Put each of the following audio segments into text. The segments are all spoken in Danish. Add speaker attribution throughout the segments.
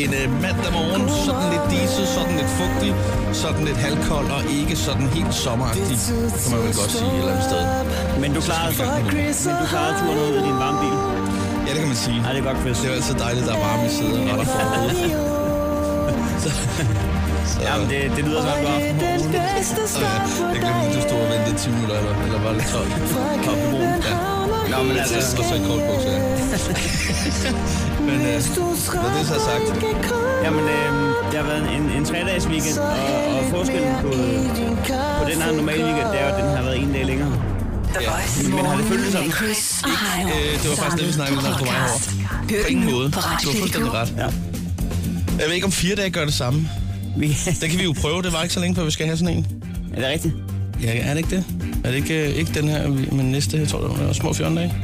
Speaker 1: øh, mandag morgen. Sådan lidt diset, sådan lidt fugtig, sådan lidt halvkold og ikke sådan helt sommeragtig, kan man vel godt sige et eller andet sted.
Speaker 2: Men du altså- klarede, men du klarede turen ud i din varme bil.
Speaker 1: Ja, det kan man sige.
Speaker 2: Nej, det er godt, Chris.
Speaker 1: Det er jo altid dejligt, der er varme i sæderne, og der er forud. Så, så,
Speaker 2: Jamen, det, det lyder som om, du har haft en hård uge.
Speaker 1: så ja, jeg glemte, at du stod og ventede 10 minutter, eller, eller var lidt tolv.
Speaker 2: Op i broen.
Speaker 1: Ja.
Speaker 2: Nå, men altså,
Speaker 1: Og så i kort bukser, ja. Men øh, når det så er sagt,
Speaker 2: jamen, øh, det har været en, en, en tre-dages weekend, og, og forskellen på, øh, på den her normale weekend, det er jo, at den har været en dag længere.
Speaker 1: ja.
Speaker 2: Men har det føltes sådan?
Speaker 3: Chris og Heino.
Speaker 1: Øh, det var faktisk det, vi snakkede lidt om på vej over.
Speaker 3: Hør
Speaker 1: På
Speaker 3: den
Speaker 1: ingen
Speaker 3: nu
Speaker 1: måde.
Speaker 3: på
Speaker 1: Du har fuldstændig ret.
Speaker 2: Ja.
Speaker 1: Jeg ved ikke, om fire dage gør det samme.
Speaker 2: Vi,
Speaker 1: Det kan vi jo prøve. Det var ikke så længe, før vi skal have sådan en.
Speaker 2: er det rigtigt?
Speaker 1: Ja, er det ikke det? Er det ikke, øh, ikke den her, men næste, jeg tror, det var små 14 dage?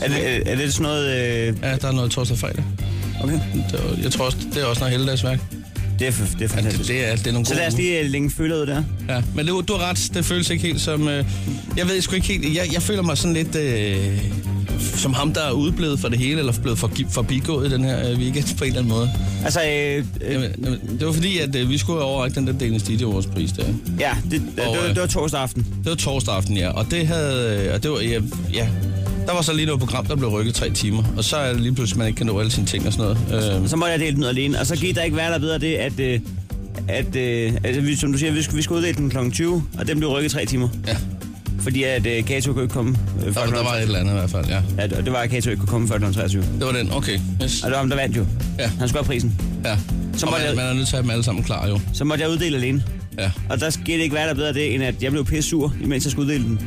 Speaker 2: Er det, er det sådan noget... Øh,
Speaker 1: Ja, der er noget torsdag og fredag.
Speaker 2: okay,
Speaker 1: Det var, jeg tror også, det er også noget heldagsværk.
Speaker 2: det er, f- det er
Speaker 1: Ja, det,
Speaker 2: fantastisk.
Speaker 1: det, er, det er nogle
Speaker 2: Så
Speaker 1: gode
Speaker 2: lad os
Speaker 1: uger.
Speaker 2: lige øh, længe føler ud der.
Speaker 1: Ja, men det, du har ret. Det føles ikke helt som... Øh, jeg ved sgu ikke helt... Jeg, jeg føler mig sådan lidt... Øh, som ham, der er udeblevet for det hele, eller blevet for, forbigået i den her øh, weekend på en eller anden måde.
Speaker 2: Altså, øh, øh,
Speaker 1: Jamen, jamen, det var fordi, at øh, vi skulle overrække den der Danish DJ Awards pris der. øh,
Speaker 2: ja, det, det, det, var, det var torsdag aften.
Speaker 1: Det var torsdag aften, ja. Og det havde... øh, Og det var, ja, ja. Der var så lige noget program, der blev rykket tre timer. Og så er det lige pludselig, man ikke kan nå alle sine ting og sådan noget. Øh,
Speaker 2: Så måtte jeg dele den ud alene. Og så gik der ikke være der bedre det, at... Øh, at øh, altså, vi, som du siger, vi skulle, vi skulle uddele den kl. 20, og den blev rykket tre timer.
Speaker 1: ja,
Speaker 2: Fordi at øh, Kato kunne ikke komme øh,
Speaker 1: der,
Speaker 2: før
Speaker 1: der var et eller andet i hvert fald, ja.
Speaker 2: Ja, det det var, at Kato ikke kunne komme før kl. 23. Og
Speaker 1: Det var den, okay. Yes.
Speaker 2: det var ham, der vandt jo.
Speaker 1: Ja.
Speaker 2: Han skulle have prisen.
Speaker 1: Ja.
Speaker 2: Så
Speaker 1: Og
Speaker 2: må
Speaker 1: man,
Speaker 2: det-
Speaker 1: man er nødt til at have dem alle sammen klar, jo.
Speaker 2: Så måtte jeg uddele alene.
Speaker 1: Ja.
Speaker 2: Og der skete ikke være der bedre det, end at jeg blev pisse sur, imens jeg skulle uddele den.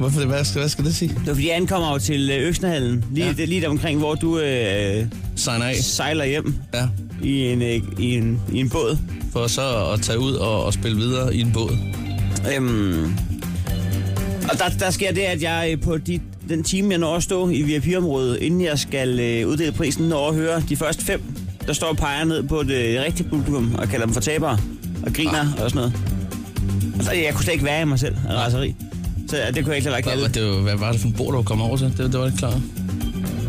Speaker 1: Hvorfor det? Hvad skal, hvad skal det sige?
Speaker 2: Det var fordi, jeg ankommer jo til øh, Øksnehallen. Lige,
Speaker 1: Ja.
Speaker 2: ja. det, lige der omkring, hvor du øh,
Speaker 1: Sign af.
Speaker 2: sejler hjem
Speaker 1: Ja.
Speaker 2: i en, øh, i en, i en båd.
Speaker 1: For så at tage ud og, og spille videre i en båd.
Speaker 2: Øhm, og der, der sker det, at jeg øh, på de, den time, jeg når at stå i VIP-området, inden jeg skal øh, uddele prisen, når at høre de første fem, der står og peger ned på det rigtige publikum og kalder dem for tabere og griner ah. og sådan noget. Og så, jeg kunne slet ikke være i mig selv af raseri. Så øh, det kunne jeg ikke lade være
Speaker 1: Ah. Hvad
Speaker 2: kalde.
Speaker 1: var, det, hvad var det for en båd, du kom over til? Det, det var ikke klart.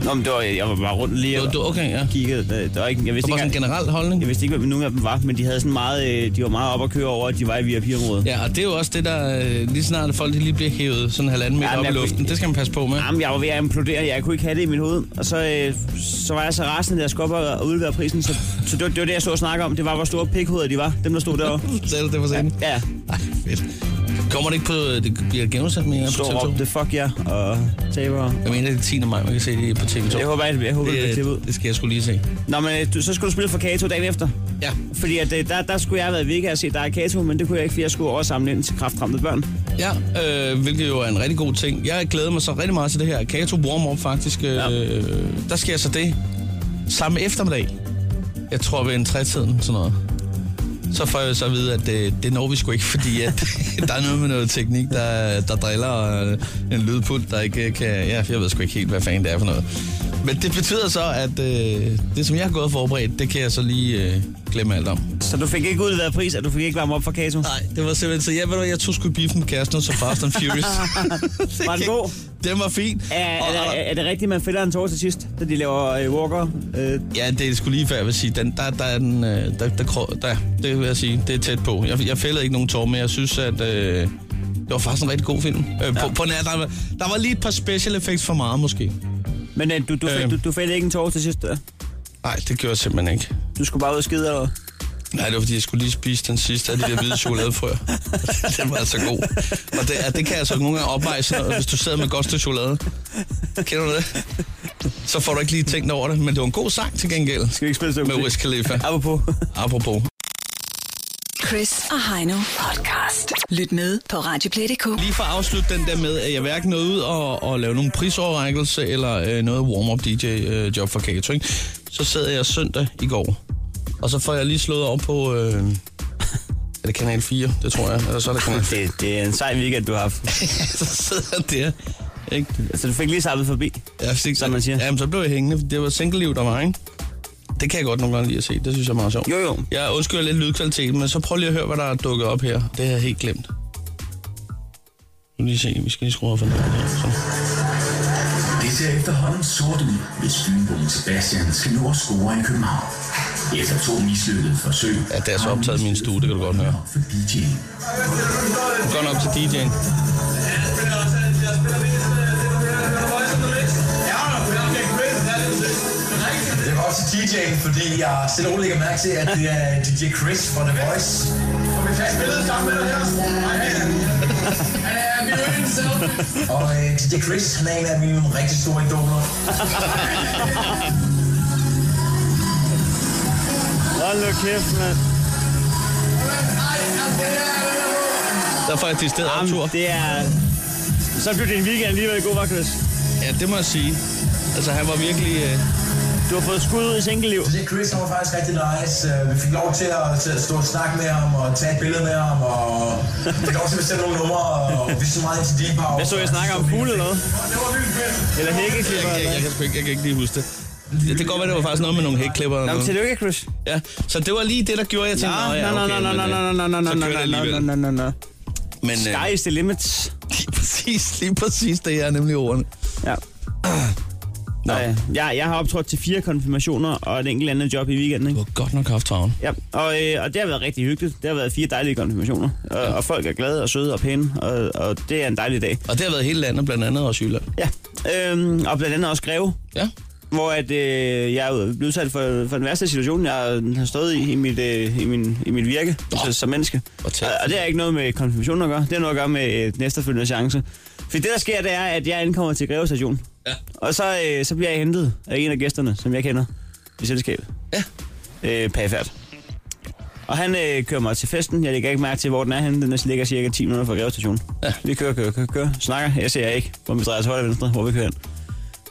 Speaker 2: Nå, men det var, jeg var bare rundt lige
Speaker 1: Jo,
Speaker 2: og
Speaker 1: du, okay, ja.
Speaker 2: kiggede. Der, der var ikke, jeg
Speaker 1: Det
Speaker 2: vidste
Speaker 1: var
Speaker 2: ikke,
Speaker 1: sådan en
Speaker 2: engang-
Speaker 1: generel holdning.
Speaker 2: jeg vidste ikke, hvem nogen af dem var, men de havde sådan meget, øh, de var meget op at køre over, at de var i VIP-området. Ja.
Speaker 1: Ja, og det er jo også det, der øh, lige snart folk de lige bliver hævet sådan halvanden meter
Speaker 2: Ja, men
Speaker 1: op i
Speaker 2: jeg-
Speaker 1: luften. Det skal man passe på med.
Speaker 2: Jamen, jeg var ved at implodere, jeg kunne ikke have det i mit hoved. Og så, øh, så var jeg så rasende, da jeg skulle op og og udlevere prisen. Så, så det, var, det var det, jeg stod og snakkede om. Det var, hvor store pikhoveder de var, dem der stod derovre.
Speaker 1: Selv det var scenen.
Speaker 2: Ja,
Speaker 1: Ej, fedt. Kommer det ikke på, øh, det bliver gennemsat mere på
Speaker 2: stod og
Speaker 1: TV2?
Speaker 2: råbte, fuck jer, yeah, og taber.
Speaker 1: Jeg mener, det er 10. maj, man kan se det på TV2.
Speaker 2: Jeg håber, jeg, jeg håber, det bliver klippet ud.
Speaker 1: det, det skal jeg skulle lige se.
Speaker 2: Nå, men øh, du, så skulle du spille for Kato dagen efter.
Speaker 1: Ja,
Speaker 2: Fordi at, øh, der, der skulle jeg have været i Vega og se dig Kato, men det kunne jeg ikke, fordi jeg skulle over og samle ind til kraftramte børn.
Speaker 1: ja øh, hvilket jo er en rigtig god ting. Jeg glæder mig så rigtig meget til det her. Kato warm up faktisk. Øh,
Speaker 2: Ja.
Speaker 1: Der sker så det samme eftermiddag. Jeg tror ved en trætiden, sådan noget. Så får jeg så at vide, at øh, det, det når vi sgu ikke, fordi at, der er noget med noget teknik, der, der driller, og en lydpult, der ikke øh, kan... Ja, jeg ved sgu ikke helt, hvad fanden det er for noget. Men det betyder så, at øh, det, som jeg har gået og forberedt, det kan jeg så lige øh, glemme alt om.
Speaker 2: Så du fik ikke udleveret pris, og du fik ikke varme op for Kato.
Speaker 1: Nej, det var simpelthen så, jeg ved du, hvad, jeg tog sgu i biffen med kæresten så Fast and Furious.
Speaker 2: Var den god?
Speaker 1: Den var fint.
Speaker 2: Er,
Speaker 1: Og-
Speaker 2: er, er, er det rigtigt, man fælder en tår til sidst, da de laver øh, walker? Øh,
Speaker 1: Ja, det er sgu lige før, jeg vil sige. Den, der, der er den, øh, der, der, krå- der, det vil jeg sige, det er tæt på. Jeg, jeg fældede ikke nogen tårer, men jeg synes, at øh, det var faktisk en rigtig god film. Øh, ja. på, på nær, der, var- der var lige et par special effects for meget, måske.
Speaker 2: men øh, du, du, fik,
Speaker 1: Øhm.
Speaker 2: du, du fældte ikke en tår til sidst? Der.
Speaker 1: Nej, det gjorde jeg simpelthen ikke.
Speaker 2: Du skulle bare ud og skide, eller hvad?
Speaker 1: Nej, det var fordi, jeg skulle lige spise den sidste af de der hvide chokoladefrøer. den var altså god. Og det, ja, det kan jeg så nogle gange opveje, sådan noget, hvis du sidder med et godt stykke chokolade. Kender du det? Så får du ikke lige tænkt over det, men det var en god sang til gengæld.
Speaker 2: Skal vi ikke spille et stykke
Speaker 1: Med Wiz Khalifa.
Speaker 2: Apropos.
Speaker 1: Apropos.
Speaker 3: Chris og Heino podcast. Lyt med på Radioplay.dk.
Speaker 1: Lige for at afslutte den der med, at jeg hverken nåede ud og, og lave nogen prisoverrækkelse eller øh, noget warm-up DJ-job for catering, så sad jeg søndag i går, og så får jeg lige slået op på... Øh, er det kanal 4? Det tror jeg. Eller så er det kanal 4.
Speaker 2: Det, det er en sej weekend, du har haft.
Speaker 1: så sidder jeg der. Ikke?
Speaker 2: Så du fik lige sappet forbi.
Speaker 1: Jeg fik,
Speaker 2: Som man siger.
Speaker 1: Jamen, så blev jeg hængende. for Det var single-liv, der var, ikke? Det kan jeg godt nogle gange lide at se. Det synes jeg er meget sjovt.
Speaker 2: Jo, jo.
Speaker 1: Jeg undskylder lidt lydkvaliteten, men så prøv lige at høre, hvad der er dukket op her. Det har jeg helt glemt. Nu lige se, vi skal lige skrue op for noget. her. Sådan.
Speaker 4: This ser efterhånden sort ud, hvis Fynboen Sebastian skal nå at score i København. Efter to mislykkede forsøg...
Speaker 1: Ja, det er så optaget i min stue, det kan du godt høre.
Speaker 4: For DJ'en.
Speaker 1: Du går nok til DJ'en.
Speaker 5: Jeg går også til DJ'en, fordi jeg stille og roligt lægger mærke til, at det er DJ Chris fra The Voice. Og øh, DJ Chris, han er en af mine rigtig store idoler.
Speaker 2: Hold nu kæft, mand.
Speaker 1: Der får jeg til stedet
Speaker 2: Jamen,
Speaker 1: optur.
Speaker 2: det er... Så blev din weekend alligevel god, var Chris?
Speaker 1: Ja, det må jeg sige. Altså, han var virkelig... Øh,
Speaker 2: Du har fået skud ud i singelliv.
Speaker 5: DJ Chris han var faktisk rigtig nice. Øh, Vi fik lov til at, til at stå og snakke med ham og tage et billede med ham. Og fik lov til at bestemme nogle numre, og vi så meget ind til Deep House.
Speaker 2: Hvad så, jeg snakker om fugle eller noget? Eller
Speaker 1: jeg,
Speaker 2: hækkeklipper
Speaker 1: jeg,
Speaker 2: eller
Speaker 1: jeg, jeg, kan sgu ikke, jeg kan ikke lige huske det. Det, det kan godt være, det var faktisk noget med nogle hækklipper. eller
Speaker 2: Nå, men
Speaker 1: noget.
Speaker 2: tillykke, Chris.
Speaker 1: Ja, så det var lige det, der gjorde, jeg
Speaker 2: Nå,
Speaker 1: tænkte,
Speaker 2: nå,
Speaker 1: "Nå, ja,
Speaker 2: nå, nå,
Speaker 1: okay,
Speaker 2: nå,
Speaker 1: men,
Speaker 2: nå,
Speaker 1: øh,
Speaker 2: nå, nå, nå, nå,
Speaker 1: så kører det
Speaker 2: nå, nå,
Speaker 1: alligevel."
Speaker 2: nå, nå, nå.
Speaker 1: Men øh,
Speaker 2: Sky is the limit.
Speaker 1: lige præcis, lige præcis det her, er nemlig ordene.
Speaker 2: Ja.
Speaker 1: Nå,
Speaker 2: Og, øh, Jeg, jeg har optrådt til fire konfirmationer og et enkelt andet job i weekenden.
Speaker 1: du
Speaker 2: Ikke?
Speaker 1: har godt nok haft travlt.
Speaker 2: Ja, og, øh, og det har været rigtig hyggeligt. Det har været fire dejlige konfirmationer, og, og folk er glade og søde og pæne, og, og det er en dejlig dag.
Speaker 1: Og det har været hele landet, blandt andet også Jylland.
Speaker 2: Ja, øhm, og blandt andet også Greve,
Speaker 1: Ja,
Speaker 2: hvor at, øh, jeg er blevet udsat for, for den værste situation, jeg har stået i i mit, øh, i min, i mit virke
Speaker 1: Nå.
Speaker 2: oh. som menneske.
Speaker 1: Hvor
Speaker 2: Og,
Speaker 1: tæt.
Speaker 2: og det er ikke noget med konfirmation at gøre, det er noget at gøre med øh, den efterfølgende chance. For det der sker, det er, at jeg ankommer til Greve station,
Speaker 1: Ja.
Speaker 2: og så, øh, så bliver jeg hentet af en af gæsterne, som jeg kender i selskabet.
Speaker 1: Ja.
Speaker 2: Øh, Pagefærd. Og han øh, kører mig til festen. Jeg lægger ikke mærke til, hvor den er henne. Den ligger cirka 10 minutter fra Greve station.
Speaker 1: Ja.
Speaker 2: Vi kører, kører, kører, kører. Snakker. Jeg ser ikke, hvor vi drejer til højre og venstre, hvor vi kører hen.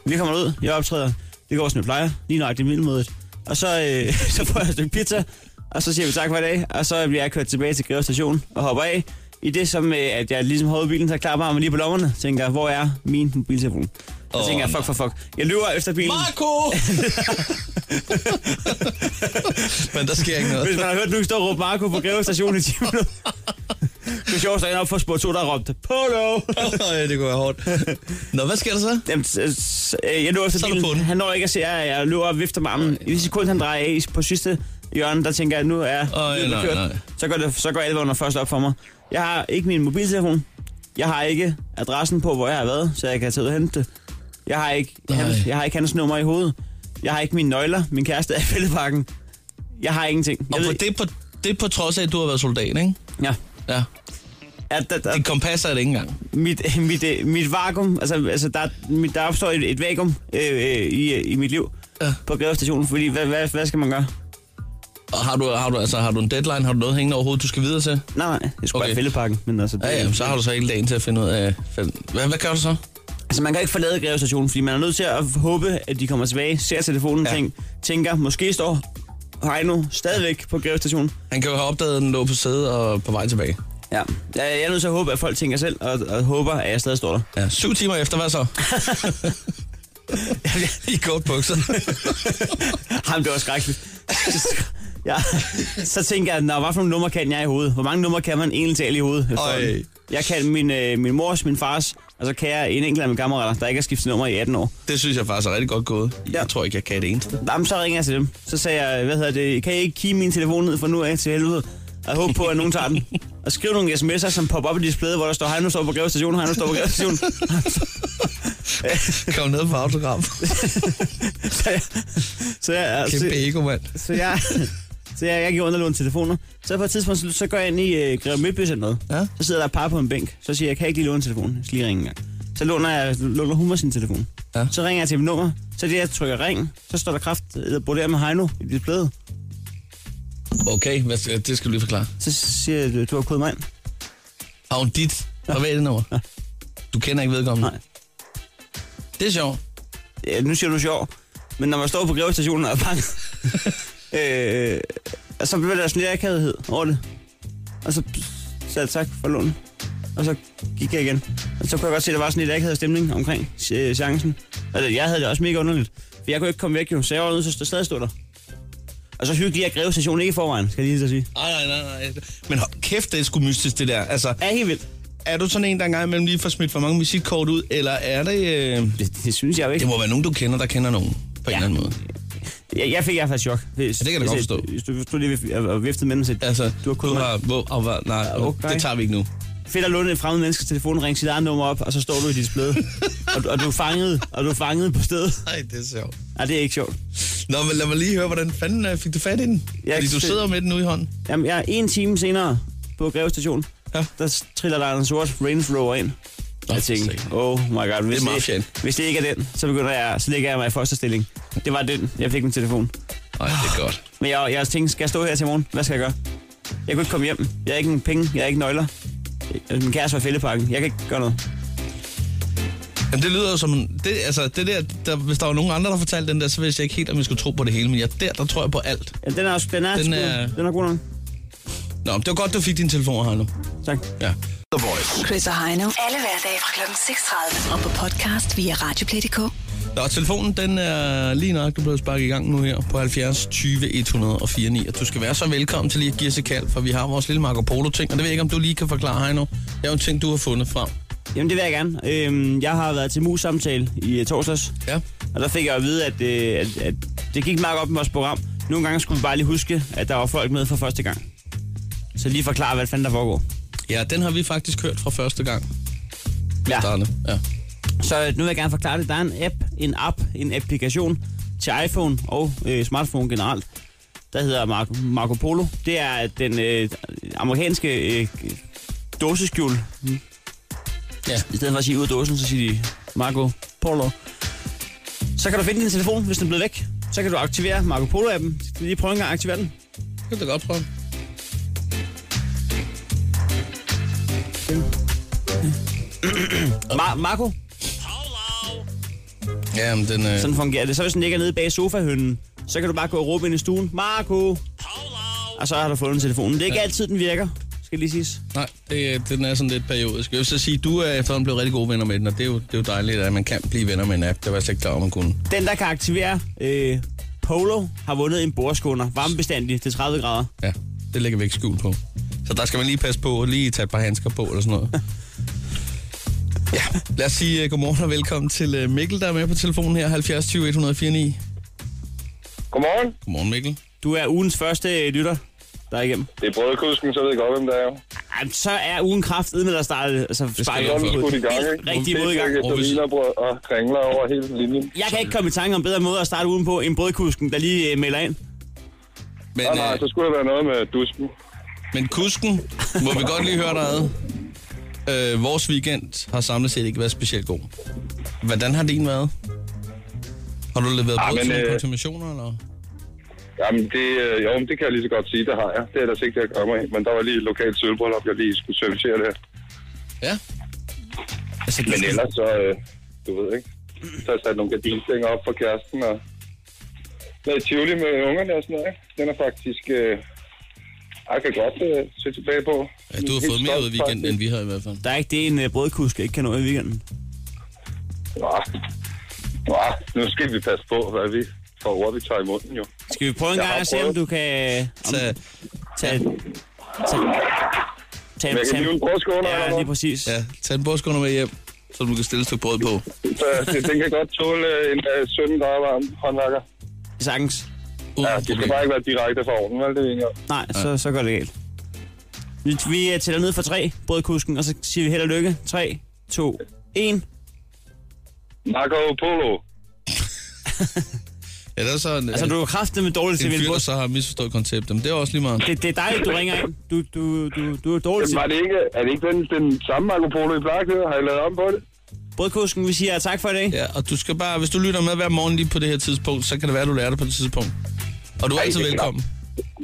Speaker 2: Vi kommer ud. Jeg optræder. Det går, som jeg plejer. Lige nøjagtigt i middelmødet. Og så, øh, så får jeg et stykke pizza. Og så siger vi tak for i dag. Og så bliver jeg kørt tilbage til Greve station og hopper af. I det som, øh, at jeg ligesom holder bilen, så klapper mig lige på lommerne. Tænker, hvor er min mobiltelefon? Og
Speaker 1: Åh,
Speaker 2: oh, tænker jeg, fuck, fuck, fuck. Jeg løber efter bilen.
Speaker 1: Marco! Men der sker ikke noget.
Speaker 2: Hvis man har hørt nu stå og råbe Marco på Greve station i 10 minutter. Det er sjovt, der er en op for spor 2, der råbte, Polo!
Speaker 1: Nej, det kunne være hårdt. Nå, hvad sker der så?
Speaker 2: Jamen, s- s- øh, jeg løber efter
Speaker 1: Så er du
Speaker 2: bilen.
Speaker 1: på den.
Speaker 2: Han når ikke at se, at jeg løber og vifter med armen. I det sekund, han drejer af på sidste hjørne, der tænker jeg, at nu er løbet
Speaker 1: nej,
Speaker 2: kørt.
Speaker 1: nej.
Speaker 2: Så går, det, så går alvoren først op for mig. Jeg har ikke min mobiltelefon. Jeg har ikke adressen på, hvor jeg har været, så jeg kan tage ud og hente det. Jeg har ikke,
Speaker 1: Nej.
Speaker 2: hans, jeg har ikke hans nummer i hovedet. Jeg har ikke mine nøgler. Min kæreste er i fældeparken. Jeg har ingenting. Jeg
Speaker 1: Og
Speaker 2: ved
Speaker 1: på
Speaker 2: ikke-
Speaker 1: det, på, det på trods af, at du har været soldat, ikke?
Speaker 2: Ja.
Speaker 1: Ja.
Speaker 2: Ja, der, der,
Speaker 1: Dit kompas er det ikke engang.
Speaker 2: mit, mit, øh, mit vakuum, altså, altså der, mit, der opstår et, et vakuum øh, øh, i, i mit liv
Speaker 1: Ja.
Speaker 2: ja. på Greve Station, fordi hvad, hvad, hvad skal man gøre?
Speaker 1: Og har du, har, du, altså, har du en deadline? Har du noget hængende overhovedet, du skal videre til?
Speaker 2: Nej, nej, jeg skulle
Speaker 1: Okay.
Speaker 2: okay. bare fældepakken, men altså... Det,
Speaker 1: Ja, ja, så har du så hele dagen til at finde ud af... Hvad, hvad gør du så?
Speaker 2: Altså man kan ikke forlade Greve Station, fordi man er nødt til at håbe, at de kommer tilbage, ser telefonen,
Speaker 1: Ja.
Speaker 2: ja. tænk, tænker, måske står Heino stadigvæk på Greve Station.
Speaker 1: Han kan jo have opdaget, at den lå på sædet og på vej tilbage.
Speaker 2: Ja. Jeg, jeg er nødt til at håbe, at folk tænker selv, og, og håber, at jeg stadig står der.
Speaker 1: Ja, syv timer efter, hvad så? I kort bukser.
Speaker 2: Ham, det var skrækkeligt. ja. Så tænker jeg, Nå, hvad for nogle numre kan jeg i hovedet? Hvor mange numre kan man egentlig tale i hovedet? efterhånden?
Speaker 1: Øj.
Speaker 2: Jeg kan min, øh, min mors, min fars, og så kan jeg en enkelt af mine kammerater, der ikke har skiftet nummer i 18 år.
Speaker 1: Det synes jeg faktisk er rigtig godt gået. Jeg
Speaker 2: Ja.
Speaker 1: tror ikke, jeg kan det eneste.
Speaker 2: Jamen, så ringer jeg til dem. Så sagde jeg, hvad hedder det, kan I ikke kigge min telefon ned for nu af til helvede? Og jeg håber på, at nogen tager den. Og skriv nogle sms'er, som popper op i displayet, hvor der står, hej, nu står på Greve Station, hej, nu står på Greve Station.
Speaker 1: Kom ned på autogram.
Speaker 2: så jeg, så jeg, så,
Speaker 1: Kæmpe ego, mand.
Speaker 2: Så jeg, så jeg, jeg giver underlån telefoner. Så på et tidspunkt, så, så går jeg ind i øh, Greve Midtby Centeret.
Speaker 1: Ja.
Speaker 2: Så sidder der et par på en bænk. Så siger jeg, kan jeg ikke lige låne telefonen? Jeg skal lige ringe en gang. Så låner, jeg, låner hun mig sin telefon.
Speaker 1: Ja.
Speaker 2: Så ringer jeg til mit nummer. Så det, jeg trykker ring, så står der kraft, der bor der med Heino i displayet.
Speaker 1: Okay, hvad, skal- det skal du lige forklare.
Speaker 2: Så siger jeg, du- du har kodet mig ind.
Speaker 1: Har hun dit private nummer?
Speaker 2: Ja.
Speaker 1: Du kender ikke vedkommende?
Speaker 2: Nej.
Speaker 1: Det er sjovt.
Speaker 2: Ja, nu siger du sjov. Men når man står på Greve Stationen og er bange, øh, så bliver der sådan lidt akavighed over det. Og så sagde jeg tak for lånet. Og så gik jeg igen. Og så kunne jeg godt se, at der var sådan lidt akavet stemning omkring øh, chancen. Altså, jeg havde det også mega underligt. For jeg kunne ikke komme væk jo, så jeg var nødt til at stå- stadig stå der. Og så hyggelig at Greve Station ikke i forvejen, skal jeg lige så sige.
Speaker 1: Nej, nej, nej, nej. Men hold kæft, det er sgu mystisk, det der. Altså,
Speaker 2: Ja, helt vildt.
Speaker 1: er du sådan en, der engang imellem lige får smidt for mange musikkort ud, eller er det... Øh,
Speaker 2: Det, det synes jeg jo ikke.
Speaker 1: det må være nogen, du kender, der kender nogen, på ja. en eller
Speaker 2: Ja.
Speaker 1: anden måde.
Speaker 2: Jeg, jeg fik i hvert fald chok. Hvis,
Speaker 1: Ja, det kan jeg da godt
Speaker 2: hvis-
Speaker 1: forstå.
Speaker 2: altså, Hvis du, hvis du lige vif- og- og viftede med den, så
Speaker 1: Altså,
Speaker 2: du har kunnet
Speaker 1: har hvor, og, hvor, nej,
Speaker 2: okay.
Speaker 1: det tager vi ikke nu.
Speaker 2: fedt at låne et fremmed menneskes telefon, ringe sit eget nummer op, og så står du i dit spæde. og, du- og, du er fanget, og du er fanget på stedet.
Speaker 1: Nej, det er sjovt.
Speaker 2: Nej, det er ikke sjovt.
Speaker 1: Nå, men lad mig lige høre, hvordan fanden øh, fik du fat i den?
Speaker 2: Jeg
Speaker 1: Fordi
Speaker 2: kan
Speaker 1: du
Speaker 2: se-
Speaker 1: sidder med den ude i hånden.
Speaker 2: Jamen, jeg er en time senere på Greve Station.
Speaker 1: Ja.
Speaker 2: Der s- triller der en sort Range Rover ind.
Speaker 1: Nå,
Speaker 2: Jeg tænkte,
Speaker 1: for
Speaker 2: oh my god, hvis
Speaker 1: mafiaen.
Speaker 2: det, hvis det ikke er den, så begynder jeg, så ligger jeg mig i fosterstilling. Det var den, jeg fik min telefon.
Speaker 1: Nej, det er godt.
Speaker 2: Men jeg, jeg tænkte, skal jeg stå her til morgen? Hvad skal jeg gøre? Jeg kunne ikke komme hjem. Jeg har ikke en penge, jeg har ikke nøgler. Min kæreste var i fældepakken. Jeg kan ikke gøre noget.
Speaker 1: Jamen, det lyder jo som... en- Det, altså, det der, der, hvis der var nogen andre, der fortalte den der, så vidste jeg ikke helt, om jeg skulle tro på det hele. Men jeg, der, der tror jeg på alt.
Speaker 2: Ja, den er også, den er,
Speaker 1: Den
Speaker 2: den
Speaker 1: er-
Speaker 2: er, den er god nok.
Speaker 1: Nå, men det var godt, du fik dine telefoner her nu.
Speaker 2: Tak.
Speaker 1: Ja.
Speaker 3: Chris og Heino. Alle hverdage fra kl. 6.30. Og på podcast via Radioplay.dk.
Speaker 1: Nå, telefonen, den er lige nok, du blevet sparket i gang nu her på 70 20 104 9. Og du skal være så velkommen til lige at give os et kald, for vi har vores lille Marco Polo-ting. Og det ved jeg ikke, om du lige kan forklare, Heino. Det er jo en ting, du har fundet frem.
Speaker 2: Jamen, det vil jeg gerne. Øhm, jeg har været til mus-samtale i øh, torsdags.
Speaker 1: Ja.
Speaker 2: Og der fik jeg at vide, at, øh, at, at det gik meget op med vores program. Nogle gange skulle vi bare lige huske, at der var folk med for første gang. Så lige forklare, hvad fanden der foregår.
Speaker 1: Ja, den har vi faktisk hørt fra første gang.
Speaker 2: Ja.
Speaker 1: Starne. Ja.
Speaker 2: Så øh, nu vil jeg gerne forklare det. Der er en app, en app, en applikation til iPhone og øh, smartphone generelt, der hedder Marco, Marco Polo. Det er den øh, amerikanske øh, dåseskjul.
Speaker 1: Ja.
Speaker 2: I stedet for at sige ud af dåsen, så siger de Marco Polo. Så kan du finde din telefon, hvis den er blevet væk. Så kan du aktivere Marco Polo-appen. Skal vi lige prøve en gang at aktivere den?
Speaker 1: Det kan du godt prøve.
Speaker 2: Mar- Marco,
Speaker 1: Ja, men den... Øh...
Speaker 2: sådan fungerer det. Så hvis den ligger nede bag sofahønnen, så kan du bare gå og råbe ind i stuen, Marco! Og så har du fundet telefonen. Det er ikke altid, den virker, skal lige siges.
Speaker 1: Nej, det, den er sådan lidt periodisk. Jeg vil så sige, du er efterhånden blevet rigtig gode venner med den, og det er jo, det er jo dejligt, at man kan blive venner med en app. Det var jeg slet ikke klar over, man kunne.
Speaker 2: Den, der kan aktivere øh, Polo, har vundet en bordskåner. Varmebestandig til 30 grader.
Speaker 1: Ja, det lægger vi ikke skjul på. Så der skal man lige passe på, og lige tage et par handsker på eller sådan noget. Ja, lad os sige uh, godmorgen og velkommen til øh, Mikkel, der er med på telefonen her, 70 20 104 9.
Speaker 6: Godmorgen.
Speaker 1: Godmorgen Mikkel.
Speaker 2: Du er ugens første øh, lytter, der er igennem.
Speaker 6: Det er brødkusken, så ved jeg godt, hvem der er.
Speaker 2: Ej, så er ugen kraft med at starte. Altså, sparke
Speaker 1: jeg
Speaker 6: Så er
Speaker 2: op
Speaker 6: den
Speaker 2: i
Speaker 6: skudt
Speaker 2: hovedet.
Speaker 6: i gang,
Speaker 2: Helt
Speaker 6: ikke?
Speaker 2: Rigtig måde i gang.
Speaker 1: Og
Speaker 6: Og
Speaker 1: hvis-
Speaker 6: vinerbrød og kringler over hele linjen.
Speaker 2: Jeg kan ikke komme i tanke om bedre måde at starte ugen på end brødkusken, der lige øh, melder ind.
Speaker 1: Men,
Speaker 6: Nej, nej,
Speaker 1: øh,
Speaker 6: så skulle der være noget med dusken.
Speaker 1: men kusken, må vi godt lige høre dig ad. Øh, vores weekend har samlet set ikke været specielt god. Hvordan har din været? Har du leveret
Speaker 6: Ah,
Speaker 1: brød
Speaker 6: men,
Speaker 1: til nogle
Speaker 6: øh,
Speaker 1: konfirmationer, eller?
Speaker 6: Jamen, det, øh, jo, men det kan jeg lige så godt sige, det har jeg. Det er der ikke, det jeg gør mig i. Men der var lige et lokalt sølvbrøllup, jeg lige skulle servicere det.
Speaker 1: Ja. Altså, du
Speaker 6: Men
Speaker 1: skulle-
Speaker 6: ellers så, øh, du ved ikke, så har jeg sat nogle gardinstænger op for kæresten og lavet tivoli med ungerne og sådan noget. Ikke? Den er faktisk, øh, jeg kan godt øh, se tilbage på.
Speaker 1: ja, du har fået mere ud i weekenden, end vi har i hvert fald.
Speaker 2: Der er ikke det, en øh, brødkusk ikke kan nå i weekenden.
Speaker 6: Nå, nå, nu skal vi passe på, hvad vi får ord, vi tager i munden jo.
Speaker 2: Skal vi prøve en
Speaker 6: Jeg
Speaker 2: gang
Speaker 6: har
Speaker 2: at se, om
Speaker 6: prøvet.
Speaker 2: du kan øh, om,
Speaker 1: Så,
Speaker 2: tage... tage Tag,
Speaker 6: Men jeg kan hive en brødskåler eller
Speaker 2: Ja,
Speaker 6: noget.
Speaker 2: lige præcis.
Speaker 1: ja, tag en bordskunder med hjem, så du kan stille et stykke brød på.
Speaker 6: Så det, den kan godt tåle øh, en øh, 17 grader varm håndværker.
Speaker 2: Sagtens.
Speaker 1: Uden
Speaker 6: Ja,
Speaker 1: ja,
Speaker 6: det skal bare ikke være direkte fra ovnen, vel? Det er vi enige om.
Speaker 2: Nej, så, så går det galt. Vi, vi øh, tæller ned for tre, brødkusken, og så siger vi held og lykke. 3, 2, 1.
Speaker 6: Marco Polo.
Speaker 1: Ja, det er sådan,
Speaker 2: Altså, du er kraftet med dårligt til
Speaker 1: en
Speaker 2: at vælge
Speaker 1: fyr, der
Speaker 2: brød.
Speaker 1: så har misforstået konceptet. Men det er også lige meget.
Speaker 2: Det, det er dig, du ringer ind. Du, du, du, du er
Speaker 6: Jamen,
Speaker 2: dårlig til
Speaker 6: var det ikke, er det ikke den, den samme Marco Polo, I plejer til? Har I lavet om på det?
Speaker 2: brødkusken. Vi siger tak for i dag.
Speaker 1: Ja, og du skal bare, hvis du lytter med hver morgen lige på det her tidspunkt, så kan det være, at du lærer det på det tidspunkt. Og du er
Speaker 6: Ej,
Speaker 1: altid
Speaker 6: det er
Speaker 1: velkommen.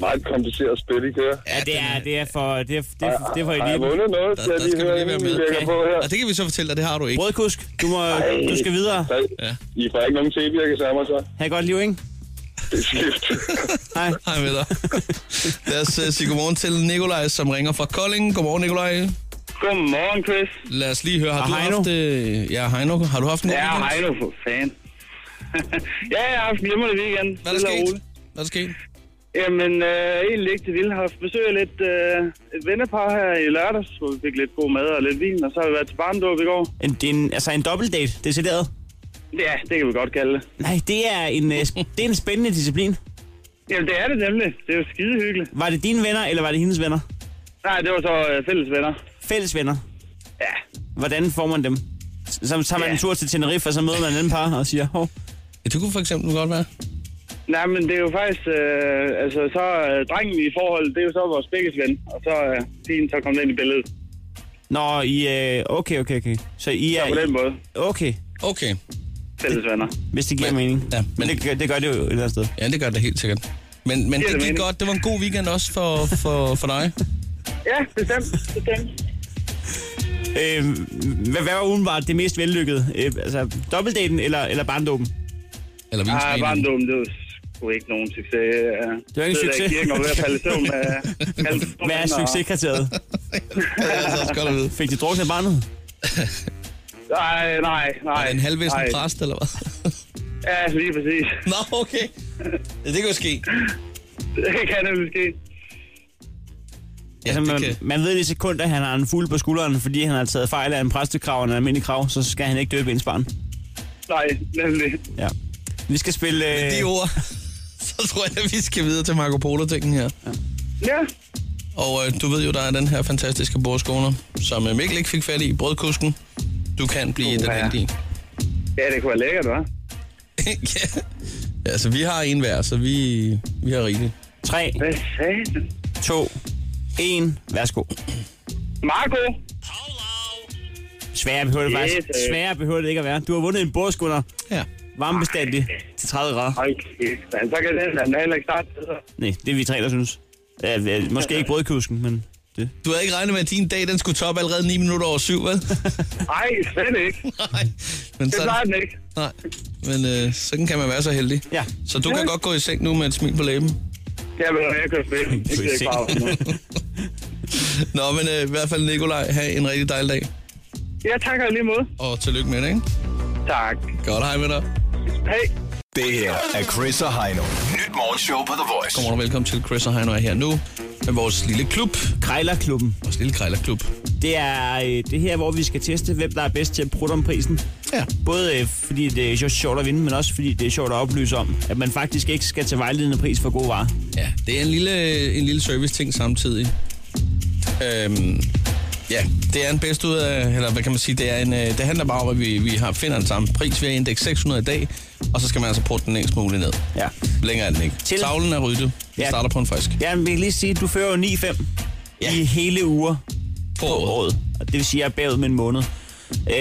Speaker 6: Meget kompliceret spil, I kører.
Speaker 2: Ja, det er, det er for, det er, det er, det er for
Speaker 6: Har jeg
Speaker 2: eliten.
Speaker 6: vundet noget?
Speaker 1: Der-
Speaker 6: Skal jeg
Speaker 1: der
Speaker 6: lige
Speaker 1: skal vi
Speaker 6: høre,
Speaker 1: lige være
Speaker 6: inden vi
Speaker 1: med.
Speaker 6: lægger på her?
Speaker 1: Og det kan vi så fortælle dig, det har du ikke.
Speaker 2: Brødkusk, du, må, du skal videre.
Speaker 6: Så,
Speaker 1: Ja.
Speaker 6: I får ikke nogen tv, jeg kan mig så.
Speaker 2: Ha' et godt liv, ikke?
Speaker 6: Det er skift.
Speaker 2: Hej.
Speaker 1: Hej med dig. Lad os uh, sige godmorgen til Nikolaj, som ringer fra Kolding. Godmorgen, Nikolaj.
Speaker 7: Godmorgen, Chris.
Speaker 1: Lad os lige høre, har
Speaker 2: Og
Speaker 1: du
Speaker 2: Heino.
Speaker 1: haft... Uh, ja, Heino, har du haft en god
Speaker 7: Ja,
Speaker 1: weekend?
Speaker 7: hej du for fan. ja, jeg har haft en glimrende weekend.
Speaker 1: Hvad er der
Speaker 7: Stille og
Speaker 1: sket?
Speaker 7: roligt.
Speaker 1: Hvad er der sket?
Speaker 8: Jamen, øh, egentlig ikke til Vildhav. Besøger lidt øh, et vennepar her i lørdags, hvor vi fik lidt god mad og lidt vin, og så har vi været til barndåb i går.
Speaker 2: En, en, altså en dobbeltdate, decideret.
Speaker 8: Ja, det kan vi godt kalde det.
Speaker 2: Nej, det er en, øh, sp- det er en spændende disciplin.
Speaker 8: Jamen, det er det nemlig. Det er jo skide hyggeligt.
Speaker 2: Var det dine venner, eller var det hendes venner?
Speaker 8: Nej, det var så øh, fælles venner.
Speaker 2: Fælles venner.
Speaker 8: Ja,
Speaker 2: Hvordan får man dem? Så så tager man
Speaker 8: Ja.
Speaker 2: en tur til Tenerife, og så møder man en anden par og siger, hov,
Speaker 1: Ja, det kunne for eksempel godt være.
Speaker 8: Nej, men det er jo faktisk, øh, altså så øh, drengen i forholdet, det er jo så vores begges ven, og så øh, pigen så kom ind i billedet.
Speaker 2: Nå, I, øh, okay, okay, okay. Så I er...
Speaker 8: På den måde,
Speaker 2: Okay,
Speaker 1: Okay.
Speaker 8: fælles venner.
Speaker 2: hvis det giver
Speaker 1: Men-
Speaker 2: mening.
Speaker 1: ja, men-
Speaker 2: men det, gør- det gør det jo et eller andet sted.
Speaker 1: Ja, det gør det helt sikkert. Men,
Speaker 8: Giver
Speaker 1: men det
Speaker 8: det
Speaker 1: gik
Speaker 8: mening.
Speaker 1: godt. Det var en god weekend også for, for, for dig.
Speaker 8: Ja, bestemt, bestemt.
Speaker 2: Øh, hvad, hvad var udenbart det mest vellykkede? Øh, altså, dobbeltdaten eller, eller barndåben?
Speaker 1: Eller min
Speaker 8: Ah, barndommen, det var sgu ikke nogen succes. øh.
Speaker 2: Det var ikke
Speaker 8: Sidder der i
Speaker 2: en succes.
Speaker 8: kirken og var ved at falde i søvn øh. med halv stor
Speaker 2: Hvad er
Speaker 8: mand, og-
Speaker 2: succeskriteriet?
Speaker 1: det er altså også godt at vide.
Speaker 2: Fik de drukket af barnet?
Speaker 8: Nej, nej, nej.
Speaker 1: Er det en halvvæsen
Speaker 8: nej.
Speaker 1: præst, eller hvad?
Speaker 8: Ja, lige præcis.
Speaker 1: Nå, okay. Ja, det kan jo ske.
Speaker 8: Det kan nemlig ske.
Speaker 1: Ja,
Speaker 2: altså,
Speaker 1: det
Speaker 2: man,
Speaker 1: kan.
Speaker 2: man ved i sekunder, at han har en fugl på skulderen, fordi han har taget fejl af en præstekrav og en almindelig krav, så skal han ikke døbe ens barn.
Speaker 8: Nej, nemlig.
Speaker 2: Ja. Vi skal spille... Øh,
Speaker 1: De ord, så tror jeg, at vi skal videre til Marco Polo-tingen her.
Speaker 8: Ja,
Speaker 1: Og øh, du ved jo, der er den her fantastiske bordskåner, som øh, Mikkel ikke fik fat i, brødkusken. Du kan blive den
Speaker 8: Uha.
Speaker 1: heldige.
Speaker 8: ja det kunne være lækkert, hva'?
Speaker 1: ja. ja, altså vi har en hver, så vi, vi har rigeligt.
Speaker 2: 3,
Speaker 8: Hvad sagde du?
Speaker 2: 2, 1. Værsgo.
Speaker 8: Marco?
Speaker 2: Sværere behøver det
Speaker 8: Yes,
Speaker 2: faktisk.
Speaker 8: øh.
Speaker 2: Sværere behøver det ikke at være. Du har vundet en bordskunder.
Speaker 1: Ja.
Speaker 2: Varmebestandig til 30 grader.
Speaker 8: Hold kæft, man. Så kan den, den er heller ikke starte.
Speaker 2: Nej, det er vi tre, der synes. Øh, øh, måske ikke brødkusken, men det.
Speaker 1: Du havde ikke regnet med, at din dag den skulle toppe allerede 9 minutter over 7, vel?
Speaker 8: Nej, slet ikke.
Speaker 1: Nej. Men
Speaker 8: Det
Speaker 1: sådan,
Speaker 8: plejer den ikke.
Speaker 1: nej. Men øh, sådan kan man være så heldig.
Speaker 2: Ja.
Speaker 1: Så du kan godt gå i seng nu med et smil på læben.
Speaker 8: Det er vel, jeg kan spille. Det
Speaker 2: Du
Speaker 8: er
Speaker 2: kan
Speaker 8: ikke
Speaker 2: se.
Speaker 8: bare
Speaker 1: Nå, men øh, i hvert fald, Nikolaj, have en rigtig dejlig dag.
Speaker 8: Ja, tak og i lige måde.
Speaker 1: Og tillykke med det, ikke?
Speaker 8: Tak.
Speaker 1: Godt, hej med dig.
Speaker 8: Hej.
Speaker 9: Det her er Chris og Heino. Nyt morgenshow på The Voice.
Speaker 1: Godmorgen og velkommen til Chris og Heino er her nu med vores lille klub.
Speaker 2: Krejlerklubben.
Speaker 1: Vores lille krejlerklub.
Speaker 2: Det er øh, det her, hvor vi skal teste, hvem der er bedst til at prutte om prisen.
Speaker 1: Ja.
Speaker 2: Både øh, fordi det er jo sjovt at vinde, men også fordi det er sjovt at oplyse om, at man faktisk ikke skal tage vejledende pris for gode varer.
Speaker 1: Ja, det er en lille, en lille service-ting samtidig. Øhm, ja, det er en bedst ud af, eller hvad kan man sige, det, er en, øh, det handler bare om, at vi, vi har, finder en samme pris. Vi har indeks 600 i dag, og så skal man altså putte den længst muligt ned.
Speaker 2: Ja.
Speaker 1: Længere er den ikke.
Speaker 2: Til-
Speaker 1: Tavlen er ryddet. Vi
Speaker 2: Ja.
Speaker 1: starter på en frisk.
Speaker 2: Jeg vil lige sige, at du fører jo 9-5 ja. i hele uger
Speaker 1: På
Speaker 2: på
Speaker 1: året.
Speaker 2: året. Og det vil sige, at jeg er bagud med en måned. Øh,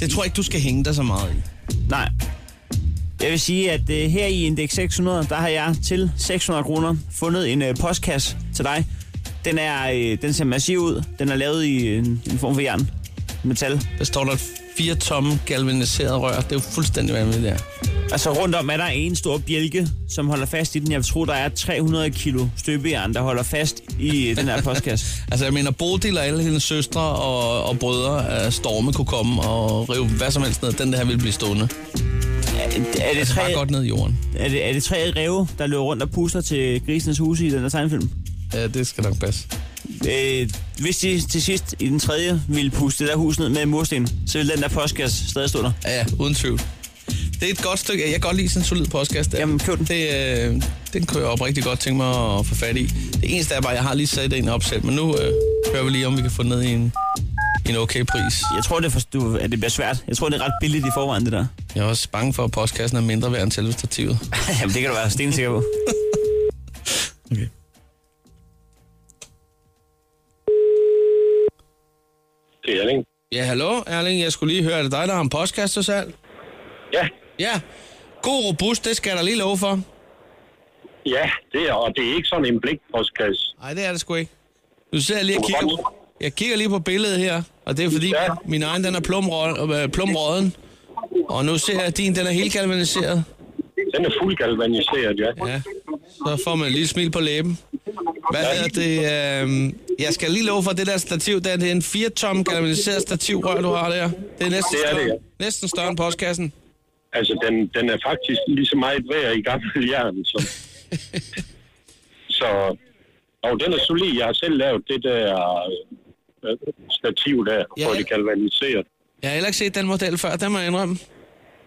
Speaker 1: Det tror jeg ikke, du skal hænge dig så meget i.
Speaker 2: Nej. Jeg vil sige, at øh, her i Index 600, der har jeg til 600 kroner fundet en øh, postkasse til dig. Den, er, øh, den ser massiv ud. Den er lavet i øh, en, en form for jern. Metal.
Speaker 1: Der står der fire tomme galvaniserede rør. Det er jo fuldstændig vanvittigt, det er.
Speaker 2: Altså rundt om er der en stor bjælke, som holder fast i den. Jeg tror, der er 300 kilo støbejern, der holder fast i øh, den her postkasse.
Speaker 1: Altså, jeg mener, Bodil og alle hendes søstre og, og brødre af Storme kunne komme og rive hvad som helst ned. Den der ville blive stående.
Speaker 2: Er, er, det
Speaker 1: Altså,
Speaker 2: tre,
Speaker 1: bare godt ned i jorden.
Speaker 2: er, det, er det tre ræve, der løber rundt og pusler til grisenes huse i den her tegnefilm?
Speaker 1: Ja, det skal nok passe.
Speaker 2: Øh, hvis de til sidst i den tredje ville puste det der hus ned med en mursten, så ville den der postkasse stadig stå der.
Speaker 1: Ja, ja, uden tvivl. Det er et godt stykke. Jeg kan godt lide sådan en solid postkasse der.
Speaker 2: Jamen, køb den.
Speaker 1: Det, øh, den kunne jeg oprigtigt godt tænke mig at få fat i. Det eneste er bare, at jeg har lige sat en op selv, men nu øh, hører vi lige, om vi kan få den ned i en, i en okay pris.
Speaker 2: Jeg tror, det, er for, du, at det bliver svært. Jeg tror, det er ret billigt i forvejen, det der.
Speaker 1: Jeg er også bange for, at postkassen er mindre værd end selve stativet.
Speaker 2: Jamen, det kan du være stensikker på.
Speaker 1: Okay.
Speaker 10: Det er Erling.
Speaker 1: Ja, hallo Erling, jeg skulle lige høre, er det dig, der har en postkasse til salg?
Speaker 10: Ja,
Speaker 1: Ja, god robust, det skal jeg da lige love for.
Speaker 10: ja, det er, og det er ikke sådan en blikpostkasse.
Speaker 1: Nej, det er det sgu ikke. Du ser lige og
Speaker 10: Du kan
Speaker 1: kigger,
Speaker 10: godt-
Speaker 1: jeg kigger lige på billedet her, og det er fordi,
Speaker 10: Ja.
Speaker 1: min egen den er plumrå- øh, plumråden, og nu ser jeg, at din den er helt galvaniseret.
Speaker 10: Den er fuld galvaniseret, ja.
Speaker 1: Ja, så får man lige smil på læben. Hvad
Speaker 10: Ja.
Speaker 1: er det? Øh, jeg skal lige love for det der stativ, der, det er en 4-tom galvaniseret stativrør, du har der. Det er næsten,
Speaker 10: Det er det,
Speaker 1: større, næsten større end postkassen.
Speaker 10: Altså, den, den er faktisk lige så meget værd i gammel jern, som, Så og den er solid. Jeg har selv lavet det der øh, stativ der,
Speaker 1: Ja,
Speaker 10: hvor
Speaker 1: ja.
Speaker 10: det galvaniserer.
Speaker 1: Jeg har heller ikke set den model før, den må jeg indrømme.